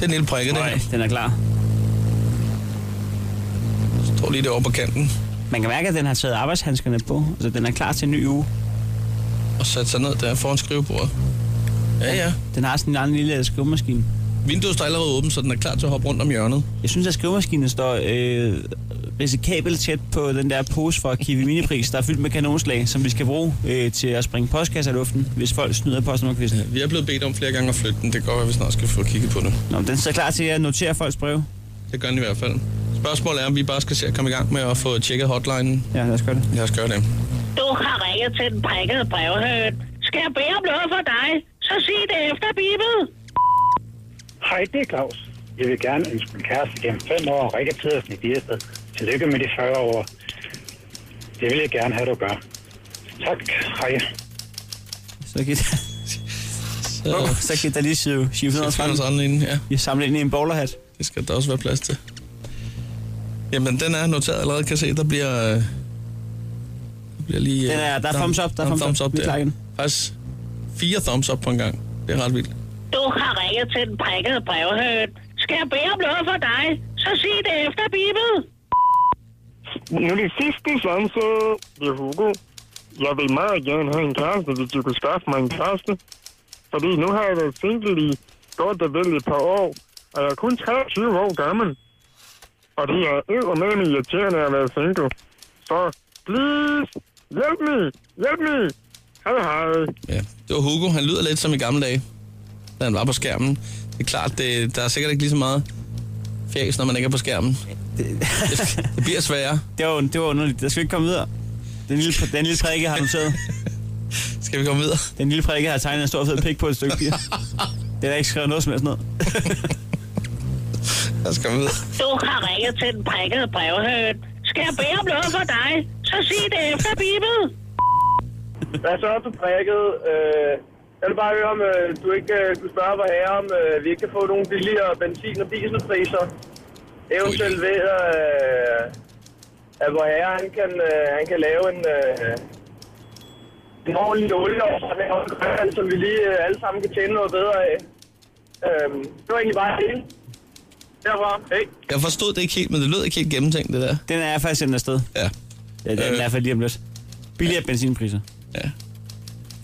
Speaker 1: er en lille prikke, det her.
Speaker 2: Den er klar.
Speaker 1: Står lige derovre på kanten
Speaker 2: Man kan mærke, at den har taget arbejdshandskerne på, så den er klar til en ny uge.
Speaker 1: og sat sig ned der foran skrivebordet. Ja, ja.
Speaker 2: Den har sådan en anden lille skrivemaskine.
Speaker 1: Vinduet står allerede åbent, så den er klar til at hoppe rundt om hjørnet.
Speaker 2: Jeg synes, at skrivemaskinen står øh, risikabelt tæt på den der pose fra Kiwi Minipris, der er fyldt med kanonslag, som vi skal bruge øh, til at springe postkasser i luften, hvis folk snyder postnummerkvisten.
Speaker 1: Vi er blevet bedt om flere gange at flytte den. Det kan godt være, vi snart skal få kigget på det.
Speaker 2: Nå, men den står klar til at notere folks breve.
Speaker 1: Det gør den i hvert fald. Spørgsmålet er, om vi bare skal se at komme i gang med at få tjekket hotlinen.
Speaker 2: Ja, lad os gøre det.
Speaker 1: Lad os gøre det.
Speaker 15: Du har ringet til den prikkede brevhøn. Skal jeg bede om noget for dig, så sig det efter Bibel.
Speaker 16: Hej, det er Claus. Jeg vil gerne ønske min kæreste gennem fem år, Rikke Pedersen i Biersted. Tillykke med de 40 år. Det vil jeg gerne have, du gør. Tak, hej.
Speaker 2: Så kan
Speaker 1: Så-
Speaker 2: oh, så kan der lige sige 730.
Speaker 1: Sådan inden, ja.
Speaker 2: Jeg samler ind i en bowlerhat.
Speaker 1: Det skal der også være plads til. Jamen, den er noteret allerede, kan jeg se. Der bliver, øh, bliver lige...
Speaker 2: Den er- der er thumbs up, der er thumbs up.
Speaker 1: thumbs up
Speaker 2: Vi klarer
Speaker 1: der.
Speaker 2: igen.
Speaker 1: Faktisk fire thumbs up på en gang. Det er ret vildt.
Speaker 15: Du har ringet til den prikkede brevhøn. Skal jeg bede om noget for dig, så sig det efter bibel.
Speaker 17: Nu er det sidste chance. Det er Hugo. Jeg vil meget gerne have en kæreste, hvis du kunne skaffe mig en kæreste. Fordi nu har jeg været single i godt og vel et par år, og jeg er kun 23 år gammel. Og det er eddermame irriterende at være single. Så please, hjælp me, hjælp me. Hej hej.
Speaker 1: Ja. Det var Hugo. Han lyder lidt som i gamle dage, da han var på skærmen. Det er klart, det, der er sikkert ikke lige så meget fjæs, når man ikke er på skærmen. Det, det bliver sværere.
Speaker 2: Det var, det var underligt. Der skal vi ikke komme videre. Den lille, den lille prikke har noteret.
Speaker 1: skal vi komme videre?
Speaker 2: Den lille prikke har tegnet en stor fed pik på et stykke papir. Det er der ikke skrevet noget som helst ned.
Speaker 1: Lad os komme videre.
Speaker 15: Du har ringet til den prikkede brevhøn. Skal jeg bede om noget for dig, så sig det efter bibel.
Speaker 18: Hvad så du prikket? Øh, jeg vil bare høre, om øh, du ikke øh, kunne spørge mig her, om øh, vi ikke kan få nogle billigere benzin- og dieselpriser. Eventuelt ved, øh, at hvor herre, han kan, øh, han kan lave en, øh, en ordentlig olieopsamling, og en grøn, som vi lige øh, alle sammen kan tjene noget bedre af. Øh, det var egentlig bare det hele. Derfor, hey.
Speaker 1: Jeg forstod det ikke helt, men det lød ikke helt gennemtænkt, det der.
Speaker 2: Den er faktisk sendt afsted.
Speaker 1: Ja. Øh.
Speaker 2: Ja, den er i hvert fald lige om lidt. Billigere ja. benzinpriser.
Speaker 1: Ja.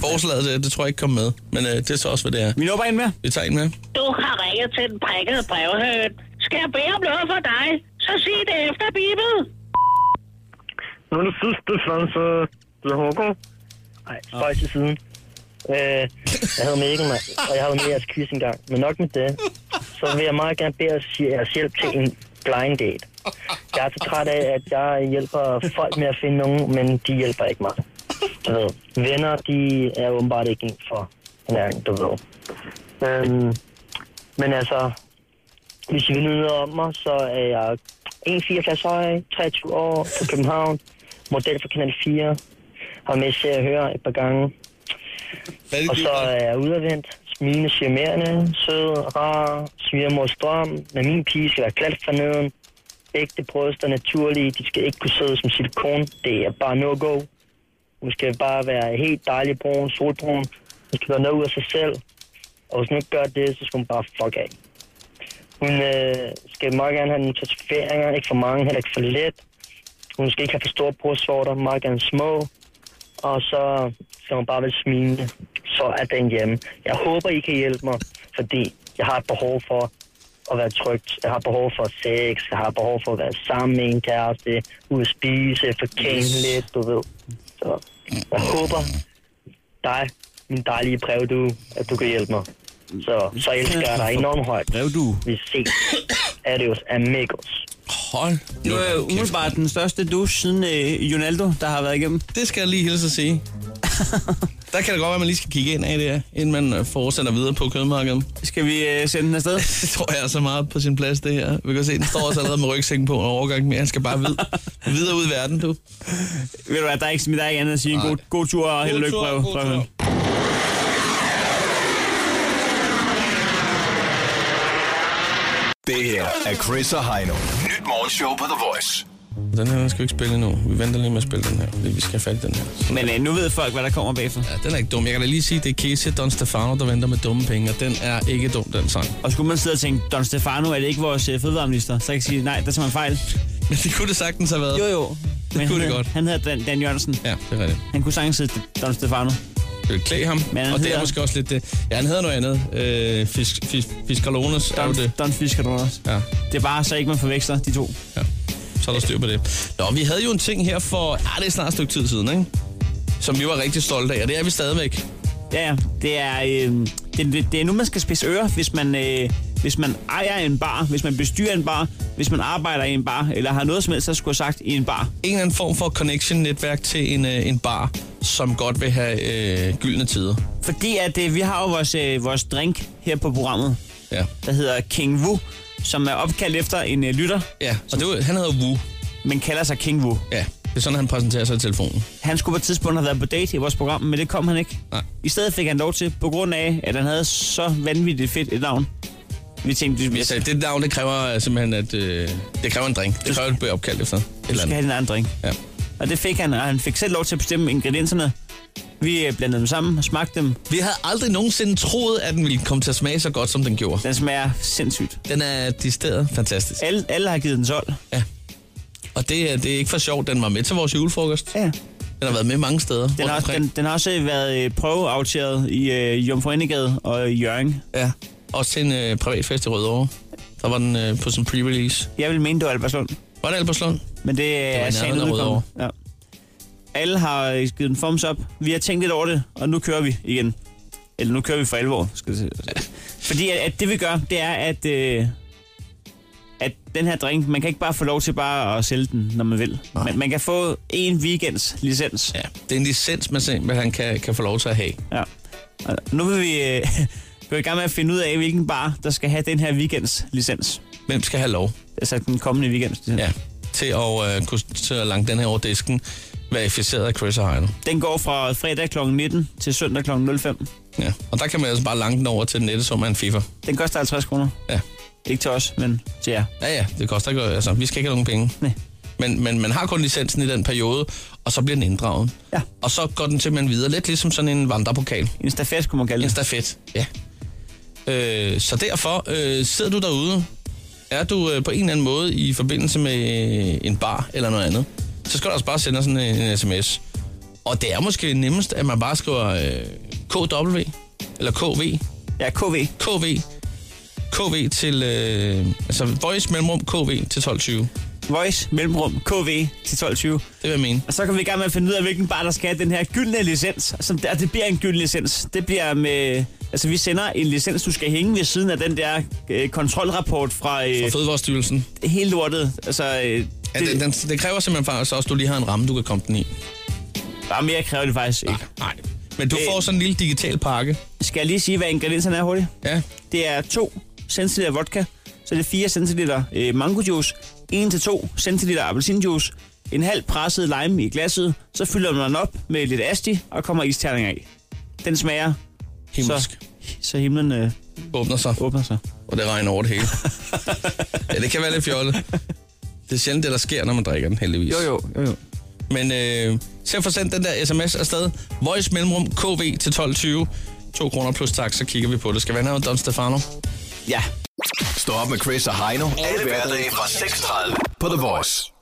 Speaker 1: Forslaget, det, det tror jeg ikke kom med, men øh, det er så også, hvad det er.
Speaker 2: Vi når bare en med.
Speaker 1: Vi tager en med.
Speaker 15: Du har ringet til den prikkede brevhøn. Skal jeg bede om noget for dig, så sig det efter bibel.
Speaker 17: Nu er det sidste chance. Det er Hugo.
Speaker 19: Nej, spøj til siden. Øh, jeg havde mega mig, og jeg havde med jeres quiz engang. Men nok med det, så vil jeg meget gerne bede jer- jeres hjælp til en blind date. Jeg er så træt af, at jeg hjælper folk med at finde nogen, men de hjælper ikke mig. Du ved, venner, de er åbenbart ikke en for hinanden, du ved. Øhm, men altså, hvis I vil vide noget om mig, så er jeg 1,84 høj, 23 år, fra København, model for Kanal 4, har med til at høre et par gange. Og så er jeg udadvendt, smilende, charmerende, sød, rar, svigermors drøm, men min pige skal være klat for neden. Ægte bryster naturlige, de skal ikke kunne sidde som silikon, det er bare no-go. Hun skal bare være helt dejlig brun, solbrun, hun skal være noget ud af sig selv. Og hvis hun ikke gør det, så skal hun bare fuck af. Hun øh, skal meget gerne have nogle tatoveringer, ikke for mange, heller ikke for let. Hun skal ikke have for store brystvorter, meget gerne små. Og så skal hun bare være smilende. Så er den hjemme. Jeg håber, I kan hjælpe mig, fordi jeg har et behov for at være trygt. Jeg har behov for sex. Jeg har behov for at være sammen med en kæreste. Ud at spise, forkæle lidt, du ved. Så jeg håber dig, min dejlige brevdue, at du kan hjælpe mig. Så, så elsker jeg dig enormt højt.
Speaker 2: Brevdue.
Speaker 19: Vi ses. Adios, amigos.
Speaker 1: Hold
Speaker 2: Nu er jo umiddelbart den største du siden øh, Ronaldo, der har været igennem.
Speaker 1: Det skal jeg lige hilse at sige. Der kan det godt være, at man lige skal kigge ind af det her, inden man øh, fortsætter videre på kødmarkedet.
Speaker 2: Skal vi øh, sende den afsted?
Speaker 1: det tror jeg er så meget på sin plads, det her. Vi kan se, den står også allerede med rygsækken på en overgang mere. Han skal bare vid- videre ud i verden, du.
Speaker 2: Ved du hvad, der er ikke, der er ikke andet at sige. en God, god tur og held og lykke,
Speaker 1: tur,
Speaker 2: brev.
Speaker 1: god
Speaker 2: brevhøn.
Speaker 12: Det her er Chris og Heino. Nyt morgenshow på The Voice.
Speaker 1: Den her den skal vi ikke spille endnu. Vi venter lige med at spille den her, fordi vi skal have fat i den her.
Speaker 2: Men øh, nu ved folk, hvad der kommer bagefter.
Speaker 1: Ja, den er ikke dum. Jeg kan da lige sige, det er Casey og Don Stefano, der venter med dumme penge, og den er ikke dum, den sang.
Speaker 2: Og skulle man sidde og tænke, Don Stefano, er det ikke vores øh, fødevareminister? Så kan jeg sige, nej, der tager man fejl.
Speaker 1: Men det kunne det sagtens have været.
Speaker 2: Jo, jo.
Speaker 1: Det kunne det
Speaker 2: han,
Speaker 1: godt.
Speaker 2: Han hedder Dan, Dan Jørgensen.
Speaker 1: Ja, det er rigtigt.
Speaker 2: Han kunne sagtens hedde Don Stefano.
Speaker 1: Det vil klæde ham,
Speaker 2: Men han
Speaker 1: og det er
Speaker 2: hedder-
Speaker 1: måske også lidt det. Ja, han hedder noget andet. Øh, fisk, fisk, Fiskalones er jo
Speaker 2: Don,
Speaker 1: det.
Speaker 2: Don Fiskerdonos.
Speaker 1: Ja.
Speaker 2: Det er bare så ikke man forveksler de to.
Speaker 1: Ja, så er der styr på det. Nå, vi havde jo en ting her for, ja, det er snart et stykke tid siden, ikke? Som vi var rigtig stolte af, og det er vi stadigvæk.
Speaker 2: Ja, ja. Det er, øh, det, det, det er nu, man skal spidse ører, hvis man, øh, hvis man ejer en bar, hvis man bestyrer en bar, hvis man arbejder i en bar, eller har noget som helst, der skulle have sagt i en bar.
Speaker 1: En eller anden form for connection-netværk til en, øh, en bar, som godt vil have øh, gyldne tider.
Speaker 2: Fordi at øh, vi har jo vores, øh, vores drink her på programmet,
Speaker 1: ja.
Speaker 2: der hedder King Wu, som er opkaldt efter en øh, lytter.
Speaker 1: Ja, og det var, han hedder Wu.
Speaker 2: Men kalder sig King Wu.
Speaker 1: Ja, det er sådan, han præsenterer sig i telefonen.
Speaker 2: Han skulle på et tidspunkt have været på date i vores program, men det kom han ikke.
Speaker 1: Nej.
Speaker 2: I stedet fik han lov til, på grund af, at han havde så vanvittigt fedt et navn. Vi tænkte,
Speaker 1: Vi sagde, det navn, det kræver øh, simpelthen, at øh, det kræver en drink. Det kræver, at du bliver opkaldt efter. et
Speaker 2: du
Speaker 1: eller
Speaker 2: skal
Speaker 1: andet.
Speaker 2: have din egen drink.
Speaker 1: Ja.
Speaker 2: Og det fik han, og han fik selv lov til at bestemme ingredienserne. Vi øh, blandede dem sammen og smagte dem.
Speaker 1: Vi havde aldrig nogensinde troet, at den ville komme til at smage så godt, som den gjorde.
Speaker 2: Den smager sindssygt.
Speaker 1: Den er distilleret fantastisk.
Speaker 2: Alle, alle har givet den 12.
Speaker 1: Ja. Og det, er- det er ikke for sjovt, den var med til vores julefrokost.
Speaker 2: Ja.
Speaker 1: Den har været med mange steder.
Speaker 2: Den
Speaker 1: rundt
Speaker 2: har, også,
Speaker 1: omkring.
Speaker 2: den, den har også været øh, prøveafteret i øh, Jomfruindegade og i Jørgen.
Speaker 1: Ja. Også til en øh, privatfest i Rødovre. Der var den øh, på sådan en pre-release.
Speaker 2: Jeg vil mene, det var Albertslund.
Speaker 1: Var det Albertslund?
Speaker 2: Men det, øh,
Speaker 1: var
Speaker 2: det er
Speaker 1: i
Speaker 2: sagen
Speaker 1: nærheden af
Speaker 2: udkommet.
Speaker 1: Rødovre.
Speaker 2: Ja. Alle har øh, givet en thumbs up. Vi har tænkt lidt over det, og nu kører vi igen. Eller nu kører vi for alvor. Skal jeg sige. Fordi at, at det vi gør, det er, at, øh, at den her drink, man kan ikke bare få lov til bare at sælge den, når man vil. Man, man kan få en weekends licens.
Speaker 1: Ja, det er en licens, man simpelthen kan, kan få lov til at have.
Speaker 2: Ja. Og nu vil vi øh, gå i gang med at finde ud af, hvilken bar, der skal have den her weekends licens.
Speaker 1: Hvem skal have lov?
Speaker 2: Altså den kommende weekend.
Speaker 1: Ja, til at øh, kunne til at lange den her over disken, verificeret af Chris og Heino.
Speaker 2: Den går fra fredag kl. 19 til søndag kl. 05.
Speaker 1: Ja, og der kan man altså bare lange den over til den nette sum af en FIFA.
Speaker 2: Den koster 50 kroner.
Speaker 1: Ja.
Speaker 2: Ikke til os, men til jer.
Speaker 1: Ja, ja, det koster ikke, altså, vi skal ikke have nogen penge.
Speaker 2: Nej.
Speaker 1: Men, men man har kun licensen i den periode, og så bliver den inddraget.
Speaker 2: Ja.
Speaker 1: Og så går den simpelthen videre, lidt ligesom sådan en vandrepokal.
Speaker 2: En stafet, kunne man kalde det.
Speaker 1: En stafet, ja. Øh, så derfor øh, sidder du derude, er du øh, på en eller anden måde i forbindelse med øh, en bar eller noget andet, så skal du også bare sende os sådan en, øh, en sms. Og det er måske nemmest, at man bare skriver øh, KW, eller KV.
Speaker 2: Ja, KV.
Speaker 1: KV. KV til, øh, altså voice mellemrum KV til 12.20.
Speaker 2: Voice, mellemrum, KV til 12.20. Det
Speaker 1: vil jeg mene.
Speaker 2: Og så kan vi i gang med at finde ud af, hvilken bar, der skal have den her gyldne licens. Som der, det bliver en gylden licens. Det bliver med... Altså, vi sender en licens, du skal hænge ved siden af den der øh, kontrolrapport fra... Øh,
Speaker 1: Fra Fødevarestyrelsen.
Speaker 2: Helt lortet. Altså, øh,
Speaker 1: Ja, den, den, det kræver simpelthen faktisk også, at du lige har en ramme, du kan komme den i.
Speaker 2: Bare mere kræver det faktisk ikke. Øh,
Speaker 1: Nej, Men du får sådan en lille digital pakke.
Speaker 2: Skal jeg lige sige, hvad ingredienserne er hurtigt?
Speaker 1: Ja.
Speaker 2: Det er 2 centiliter vodka, så er det 4 centiliter øh, mango juice, 1-2 centiliter appelsinjuice, en halv presset lime i glasset, så fylder man den op med lidt asti og kommer isterninger af. Den smager
Speaker 1: Himmelsk.
Speaker 2: Så, så himlen øh,
Speaker 1: åbner sig.
Speaker 2: Åbner sig.
Speaker 1: Og det regner over det hele. ja, det kan være lidt fjollet. Det er sjældent det, der sker, når man drikker den, heldigvis. Jo,
Speaker 2: jo. jo, jo.
Speaker 1: Men øh, se at få sendt den der sms afsted. Voice mellemrum KV til 12.20. 2 kroner plus tak, så kigger vi på det. Skal være noget, Don Stefano?
Speaker 2: Ja.
Speaker 12: Stå op med Chris og Heino. Alle hverdage fra 6.30 på The Voice.